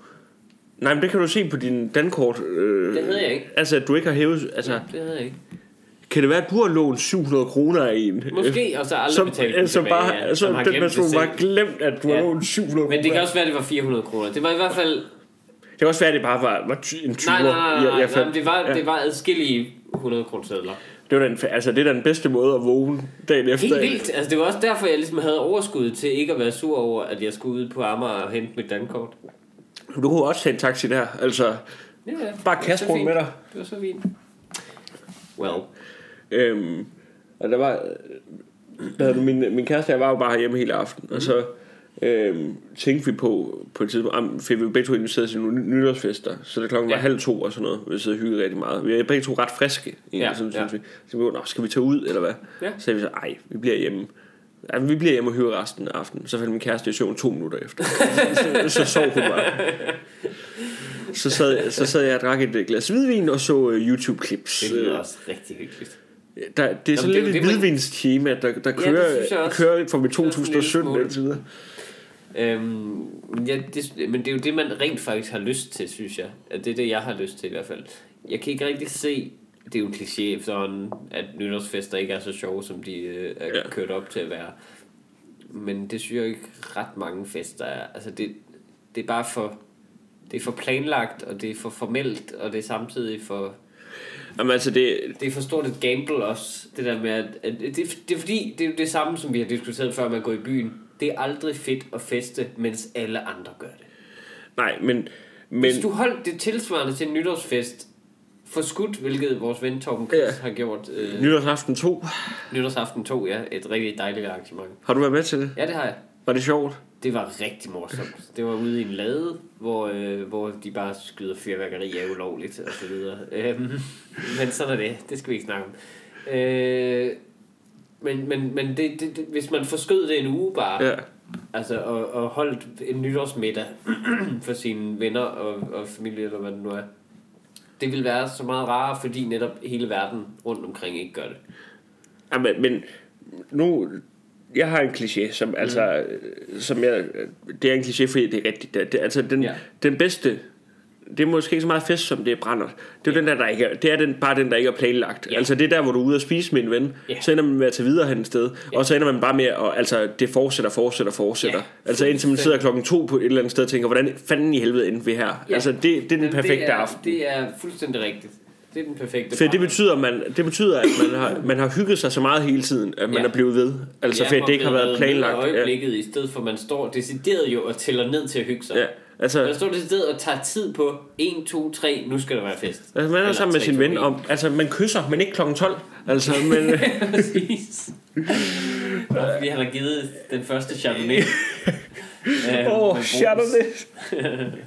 A: Nej, men det kan du se på din dankort. Øh,
B: Det havde jeg ikke.
A: Altså, at du ikke har hævet... Altså,
B: Ja, det havde jeg ikke.
A: kan det være, at du har lånt 700 kroner af en? øh,
B: Måske, og så aldrig
A: Som,
B: betalt den
A: altså,
B: tilbage,
A: bare,
B: ja,
A: altså,
B: som har
A: den
B: glemt det
A: person bare
B: selv.
A: glemt, at du ja. har
B: Ja.
A: lånt 700
B: Men det kan
A: kroner.
B: også være, at det var 400 kroner. Det var i hvert fald...
A: Det kan også være, at det bare var, var ty- en 20'er.
B: Nej, nej, nej, nej,
A: jeg, jeg
B: nej, nej
A: fandt,
B: men det var,
A: ja.
B: det var adskillige 100 kroner sædler.
A: det, var den, altså, det er da den bedste måde at vågne dagen efter.
B: Helt vildt. Altså, det var også derfor, jeg ligesom havde overskud til ikke at være sur over, at jeg skulle ud på Amager og hente mit dankort.
A: Du kunne også tage en taxi der. Altså,
B: Ja, ja.
A: Bare kast
B: Så
A: rundt
B: fint.
A: med dig.
B: Det var så fint. Well.
A: Øhm, og der var, der, min, min kæreste og jeg var jo bare herhjemme hele aften, og så øhm, tænkte vi på, på et tidspunkt, om for vi var begge to inviteret til nogle ny- nytårsfester, så det klokken var
B: Ja.
A: halv to og sådan noget, og vi sad og hyggede rigtig meget. Vi er begge to ret friske, egentlig,
B: Ja,
A: ja, sådan,
B: ja.
A: synes vi. Så vi var, Nå, skal vi tage ud, eller hvad?
B: Ja.
A: Så sagde vi så, ej, vi bliver hjemme. Ja, vi bliver hjemme og hygger resten af aftenen. Så faldt min kæreste i søvn to minutter efter. så, så, så sov hun bare. Så sad, så sad jeg og drak et øh, glas hvidvin og så øh, YouTube-klips.
B: Det lyder også rigtig hyggeligt.
A: Der, det er sådan
B: det
A: lidt
B: er jo
A: et
B: det, man-
A: hvidvinstema, der, der kører,
B: synes
A: ja,
B: jeg også.
A: kører fra mit
B: er sådan en lille
A: 2017
B: smule.
A: altid.
B: Øhm, ja, det, men det er jo det, man rent faktisk har lyst til, synes jeg. At det er det, jeg har lyst til i hvert fald. Jeg kan ikke rigtig se, det er jo en kliché efterhånden, at nytårsfester ikke er så sjove, som de øh, er
A: Ja.
B: ja. kørt op til at være. Men det synes jeg ikke ret mange fester er. Altså det, det er bare for... Det er for planlagt, og det er for formelt, og det er samtidig for...
A: Jamen altså, det,
B: Det er for stort et gamble også, det der med, at, at det, det er fordi, det er jo det samme, som vi har diskuteret før, man går i byen. Det er aldrig fedt at feste, mens alle andre gør det.
A: nej, men, men
B: Hvis du holdt det tilsvarende til en nytårsfest, forskudt, hvilket vores ven Torben Chris
A: Ja.
B: ja. har gjort øh,
A: nytårsaften 2,
B: nytårsaften 2, ja, et rigtig dejligt arrangement.
A: har du været med til det?
B: Ja, det har jeg.
A: Var det sjovt?
B: Det var rigtig morsomt. Det var ude i en lade, hvor, øh, hvor de bare skyder fyrværkeri af ulovligt og så videre. Øhm, men sådan er det. Det skal vi ikke snakke om. Øh, men men, men det, det, det, hvis man forskød det en uge bare,
A: Ja.
B: altså, og, og holdt en nytårsmiddag for sine venner og, og familie, eller hvad det nu er, det ville være så meget rarere, fordi netop hele verden rundt omkring ikke gør det.
A: Jamen, men nu, jeg har en kliché, som altså, øh, som jeg, det er en kliché, fordi det er rigtigt. Det, det, altså, den,
B: Mm. Ja.
A: ja. den bedste, det er måske ikke så meget fest, som det er brændert. Det er, ja. den der, der ikke er, det er den, bare den, der ikke er planlagt.
B: Ja.
A: Ja. Altså det er der, hvor du er ude og spise med en ven,
B: Ja.
A: ja. så ender man med at tage videre hen et sted,
B: Ja.
A: ja. og så ender man bare med, at altså, det fortsætter, fortsætter, fortsætter.
B: Ja.
A: Ja. Altså indtil man sidder klokken to på et eller andet sted og tænker, hvordan fanden i helvede endte vi her?
B: Ja.
A: Ja. Altså det, det er den
B: Men
A: perfekte
B: det er,
A: aften.
B: Det er fuldstændig rigtigt. Det er den perfekte
A: For det
B: brænder.
A: betyder, man, det betyder, at man har, man har hygget sig så meget hele tiden, at man
B: Ja.
A: ja. er blevet ved. Altså, ja, for at det ikke har været planlagt. Ja.
B: øjeblikket, ja. i stedet for at man står decideret jo og tæller ned til at hygge sig.
A: Ja. Altså,
B: Man står decideret og tager tid på 1, 2, 3, nu skal der være fest.
A: altså, man er
B: Eller
A: sammen med
B: tre,
A: sin
B: to,
A: ven
B: en.
A: om... Altså, man kysser, men ikke klokken 12. Altså, men...
B: Præcis. Bare fordi han har givet den første Chardonnay. Øhm,
A: Åh,
B: med
A: Chardonnay.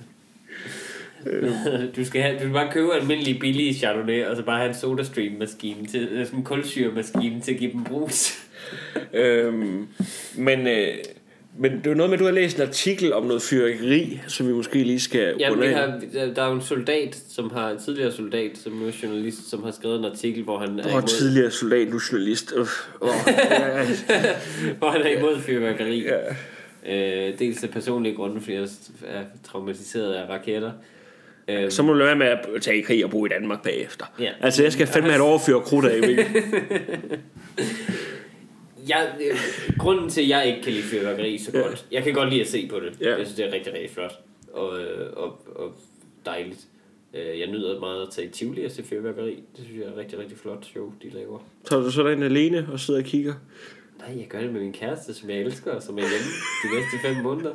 B: brus. du skal have, du skal bare købe almindelige billige Chardonnay, og så bare have en sodastream-maskine, til, øh, sådan en kulsyremaskine til at give dem brus.
A: øhm, men... Øh, men det var noget med, at du har læst en artikel om noget fyrværkeri, som vi måske lige skal
B: Ja,
A: runde
B: vi
A: af.
B: har, der- der er jo en soldat, som har, en tidligere soldat, som nu er journalist, som har skrevet en artikel, hvor han er
A: Og
B: imod,
A: tidligere soldat, nu journalist. Øh, åh, ja, ja.
B: hvor han er imod fyrværkeri.
A: Ja.
B: Øh, dels af personlige grunde, fordi jeg er traumatiseret af raketter. Øh,
A: Så må du lade være med at tage i krig og bo i Danmark bagefter.
B: Ja.
A: Altså, jeg skal fandme have et overfyr krudt af, Mikkel.
B: jeg, øh, grunden til, at jeg ikke kan lide fyrværkeri så
A: Ja.
B: godt, jeg kan godt lide at se på det.
A: Ja.
B: Jeg synes, det er rigtig, rigtig flot og, øh, og, og dejligt. Øh, Jeg nyder meget at tage i Tivoli og se fyrværkeri. Det synes jeg er rigtig, rigtig flot show, de laver.
A: Tager du så derinde alene og sidder og kigger?
B: Nej, jeg gør det med min kæreste, som jeg elsker, og som er hjemme de næste fem måneder.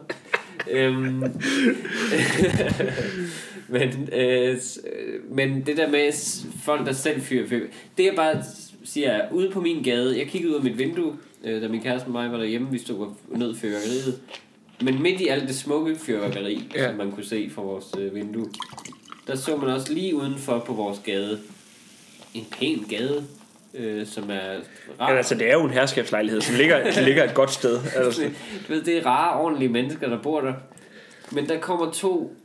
B: øhm, men, øh, s- øh, men det der med s- folk, der selv fyrer fyr, det jeg bare s- siger er, ude på min gade, jeg kiggede ud af mit vindue, øh, da min kæreste og mig var derhjemme, vi stod og nød fyrværkeriet. Men midt i alt det smukke fyrværkeri, ja.
A: Ja.
B: som man kunne se fra vores øh, vindue, der så man også lige udenfor på vores gade, en pæn gade, øh, som er rar.
A: Men altså, det er jo en herskabslejlighed, som ligger, som ligger et godt sted. Altså,
B: du ved, det er rare, ordentlige mennesker, der bor der. Men der kommer to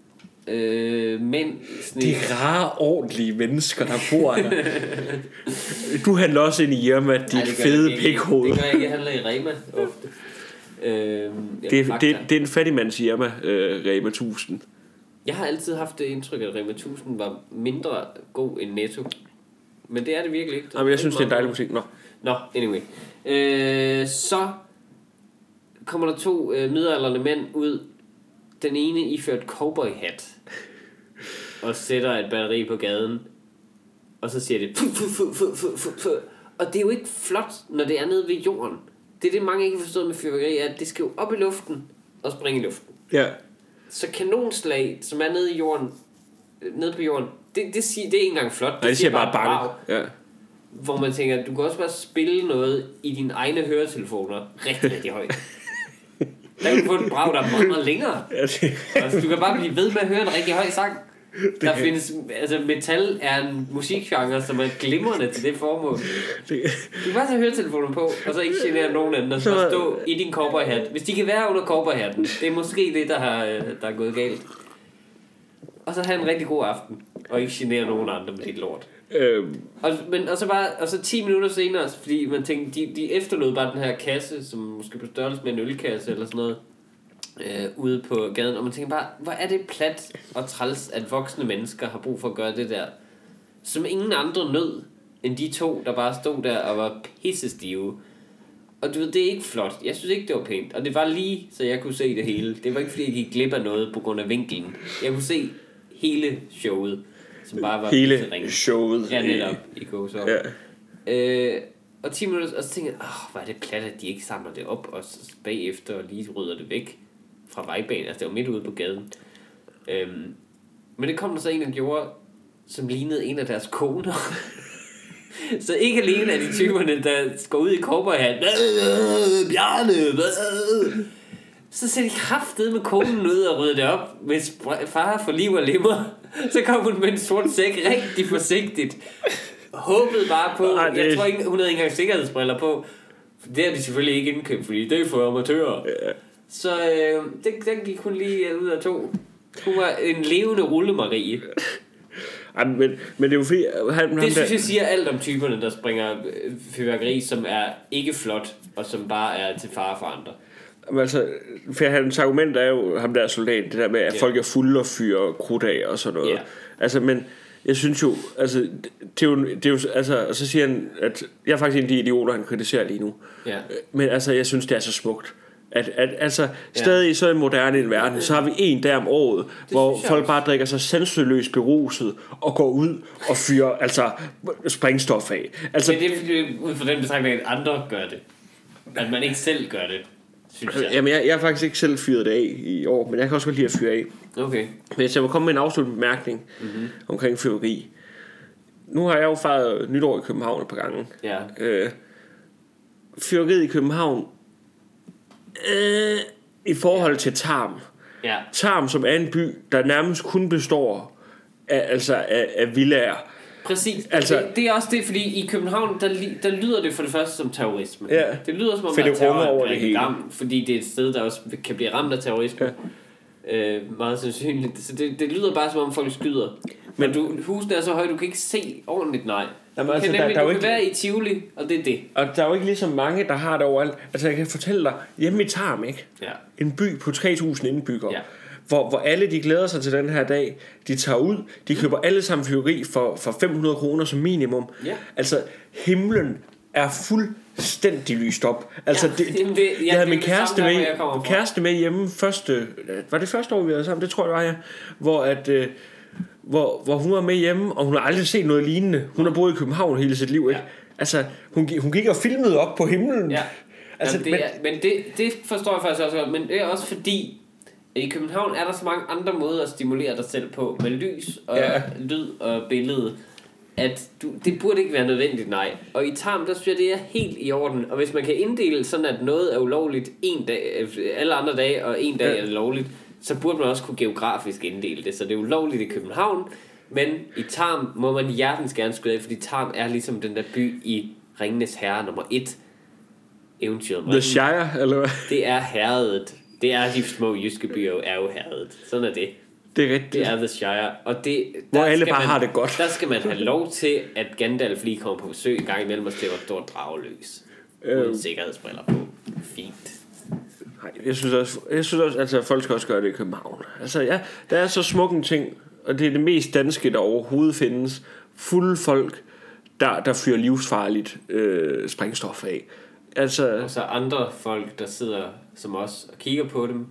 B: øh, mænd i sådan
A: de
B: en-
A: rare, ordentlige mennesker, der bor der. Du handler også ind i Irma, dit
B: Ej, det gør jeg
A: fede
B: ikke.
A: pikhoved.
B: Det gør jeg ikke, jeg handler i Rema ofte. Øh,
A: Det, er- det, det er en fattigmands Irma, øh, Rema 1000.
B: Jeg har altid haft det indtryk, at Rema 1000 var mindre god end Netto. Men det er det virkelig ikke.
A: Jamen, jeg synes, det er en
B: meget
A: dejlig musik. Nå.
B: Nå, anyway. Øh, så kommer der to øh, midalderne mænd ud. Den ene iført cowboyhat og sætter et batteri på gaden. Og så siger det... Fu, fu, fu, fu, fu, fu, fu. Og det er jo ikke flot, når det er nede ved jorden. Det er det, mange ikke forstår med fyrværkeri, er, at det skal jo op i luften og springe i luften.
A: Ja.
B: Så kanonslag, som er nede i jorden, ned på jorden. Det, det, siger, det er ikke engang flot.
A: Nej, det siger bare
B: brav.
A: bange. Ja.
B: Hvor man tænker, at du kan også bare spille noget i dine egne høretelefoner rigtig, rigtig højt. Der kan du få et brag, der er meget, meget længere.
A: Ja, det,
B: Altså, du kan bare blive ved med at høre en rigtig høj sang. Der findes, altså metal er en musikgenre, som er glimrende til det formål.
A: det,
B: Du kan bare tage høretelefoner på, og så ikke genere nogen anden, og så bare stå i din cowboyhat. Hvis de kan være under cowboyhatten, det er måske det, der, har, øh, der er gået galt. Og så have en rigtig god aften, og ikke genere nogen andre med dit lort.
A: øhm,
B: Og, men, og, så bare, og så 10 minutter senere, fordi man tænkte, de, de efterlod bare den her kasse, som måske på størrelse med en ølkasse eller sådan noget, øh, ude på gaden. Og man tænker bare, hvor er det plat og træls, at voksne mennesker har brug for at gøre det der, som ingen andre nød, end de to, der bare stod der og var pissestive. Og du ved, det er ikke flot. Jeg synes ikke, det var pænt. Og det var lige, så jeg kunne se det hele. Det var ikke, fordi jeg gik glip af noget på grund af vinkelen. Jeg kunne se hele showet, som bare var pisseringe.
A: hele showet.
B: Ja, netop. I gåsøjne.
A: Ja.
B: Øh, og 10 minutter, og så tænker jeg, åh, hvor er det plat, at de ikke samler det op, og så bagefter og lige rydder det væk fra vejbanen. Altså, det var midt ude på gaden. Øhm, men det kom der så en, der gjorde, som lignede en af deres koner. så ikke alene er de typerne, der går ud i cowboyhat. "Øh, Bjarne, hvad?" så ser de kraftet med konen ud og rydder det op, hvis br- far for liv og lemmer. Så kom hun med en sort sæk rigtig forsigtigt. Håbede bare på,
A: Ej, det-
B: jeg tror ikke, hun havde ikke engang sikkerhedsbriller på. Det har de selvfølgelig ikke indkøbt, fordi det er for amatører.
A: Ja.
B: Så øh, den, den gik hun lige ud af to. Hun var en levende rullemarie.
A: Ej, men, men det er jo fordi, han, han der-
B: Det synes jeg siger alt om typerne, der springer øh, fyrværkeri, som er ikke flot, og som bare er til fare for andre.
A: Men altså, for hans argument er jo ham der soldat, det der med, at
B: Ja.
A: yeah. folk er fulde og fyrer krudt af og sådan noget.
B: Ja.
A: Yeah. Altså, men jeg synes jo, altså, det, det, er jo, det er jo, altså, og så siger han, at jeg er faktisk en af de idioter, han kritiserer lige nu.
B: Ja.
A: Øh, Men altså, jeg synes, det er så smukt. At, at altså, stadig så i moderne en verden, så har vi en der om året, hvor
B: synes jeg
A: folk
B: også.
A: bare drikker sig sanseløst beruset og går ud og fyrer altså springstof af. Altså,
B: Men det er fordi, ud fra den betragtning, at andre gør det. At man ikke selv gør det, synes jeg.
A: jamen, jeg, jeg har faktisk ikke selv fyret det af i år, men jeg kan også godt lide at fyre af.
B: Okay.
A: Hvis jeg må komme med en afsluttende bemærkning mm-hmm. omkring fyrværkeri. Nu har jeg jo fejret nytår i København et par gange.
B: Ja.
A: Øh, fyrværkeriet i København øh, i forhold til Tarm.
B: Ja.
A: Tarm, som er en by, der nærmest kun består af, altså af, af villager.
B: Præcis.
A: Altså-
B: Altså, det, det, er også det, fordi i København, der, li- der lyder det for det første som terrorisme.
A: Ja.
B: Det lyder som om,
A: For
B: der er
A: det runger
B: terror
A: over
B: i
A: det
B: Bremen
A: hele.
B: Dam, fordi det er et sted, der også kan blive ramt af terrorisme. Ja. Øh, meget sandsynligt. Så det, det, lyder bare som om folk skyder. Men du, husene er så høje, du kan ikke se ordentligt, nej.
A: Jamen,
B: du
A: altså,
B: kan,
A: der-
B: nemlig,
A: der er
B: du
A: jo ikke-
B: kan være i Tivoli, og det er det.
A: Og der er jo ikke lige så mange, der har det overalt. Altså jeg kan fortælle dig, hjemme i Tarm, ikke?
B: Ja.
A: en by på 3.000 indbyggere,
B: Ja.
A: hvor, hvor alle de glæder sig til den her dag. De tager ud, de køber alle sammen fyrværkeri for, for 500 kroner som minimum.
B: Ja.
A: Altså, himlen er fuldstændig lyst op. Altså,
B: Ja,
A: det,
B: jamen det- ja,
A: jeg
B: det er
A: havde min
B: det
A: kæreste
B: samme der,
A: med,
B: hvor jeg kommer fra.
A: kæreste med hjemme første... Var det første år, vi havde sammen? Det tror jeg, det var, ja. Hvor at... Øh, hvor, hvor hun var med hjemme, og hun har aldrig set noget lignende. Hun har boet i København hele sit liv, ikke?
B: Ja.
A: Altså, hun, gik- hun gik og filmede op på himlen.
B: Ja.
A: Altså,
B: Altså, Jamen, det men, er, men det, det forstår jeg faktisk også godt, men det er også fordi, i København er der så mange andre måder at stimulere dig selv på, med lys og
A: Ja.
B: ja. lyd og billede, at du, det burde ikke være nødvendigt, nej. Og i Tarm, der synes jeg, det er helt i orden. Og hvis man kan inddele sådan, at noget er ulovligt en dag, øh, alle andre dage, og en dag
A: Ja.
B: ja. er lovligt, så burde man også kunne geografisk inddele det. Så det er ulovligt i København, men i Tarm må man hjertens gerne skyde af, fordi Tarm er ligesom den der by i Ringenes Herre nummer 1. Eventyret om
A: The Shire, eller hvad?
B: det er herredet. Det er de små jyske byer jo- er jo herredet. Sådan er det.
A: Det er rigtigt.
B: Det er The Shire. Og det, der
A: Hvor alle
B: skal
A: bare
B: man,
A: har det godt.
B: Der skal man have lov til, at Gandalf lige kommer på besøg en gang imellem og slipper et stort drageløs. Øh.
A: Øhm.
B: Uden sikkerhedsbriller på. Fint.
A: Nej, jeg synes også, jeg synes også altså, at folk skal også gøre det i København. Altså, ja, der er så smuk en ting, og det er det mest danske, der overhovedet findes. Fulde folk, der, der fyrer livsfarligt øh, sprængstof af. Altså,
B: Og så andre folk, der sidder som os og kigger på dem,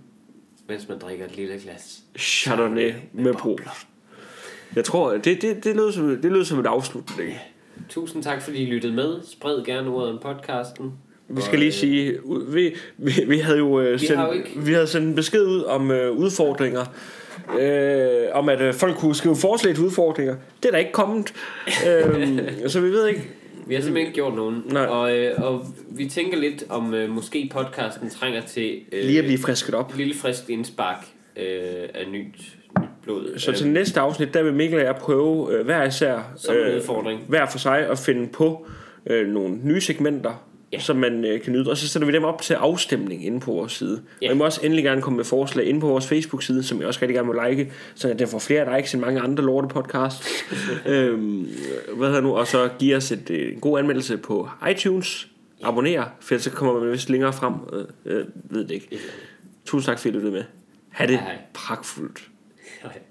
B: mens man drikker et lille glas.
A: Chardonnay med brug.
B: bobler.
A: Jeg tror, det, det, det, lød som, det lød som et afslutning.
B: Tusind tak, fordi I lyttede med. Spred gerne ordet om podcasten.
A: Vi skal lige sige, vi, vi, vi havde jo øh, sendt,
B: har jo ikke-
A: vi havde sendt en besked ud om øh, udfordringer øh, om at øh, folk kunne skrive forslag til udfordringer. Det er der ikke kommet. øh, så vi ved ikke.
B: Vi har simpelthen ikke gjort nogen.
A: Nej.
B: Og, øh, og vi tænker lidt om, øh, måske podcasten trænger til øh,
A: Lige at blive frisket op.
B: et lille frisk indspark øh, af nyt, nyt blod.
A: Så til næste afsnit, der vil Mikkel og jeg prøve øh, hver især
B: Som en udfordring.
A: hver for sig at finde på øh, nogle nye segmenter,
B: Ja.
A: ja. som man øh, kan nyde. Og så sætter vi dem op til afstemning inde på vores side.
B: Ja.
A: Ja. Og I må også endelig gerne komme med forslag inde på vores Facebook-side, som jeg også rigtig gerne må like, så at den får flere likes end mange andre lorte podcast. øhm, hvad hedder nu? Og så giv os et, øh, en god anmeldelse på iTunes. Abonner, for ellers så kommer man vist længere frem. Øh, øh, ved det ikke. Tusind tak, fordi I lyttede med. Ha' det
B: Hej, hej.
A: pragtfuldt.
B: Øh,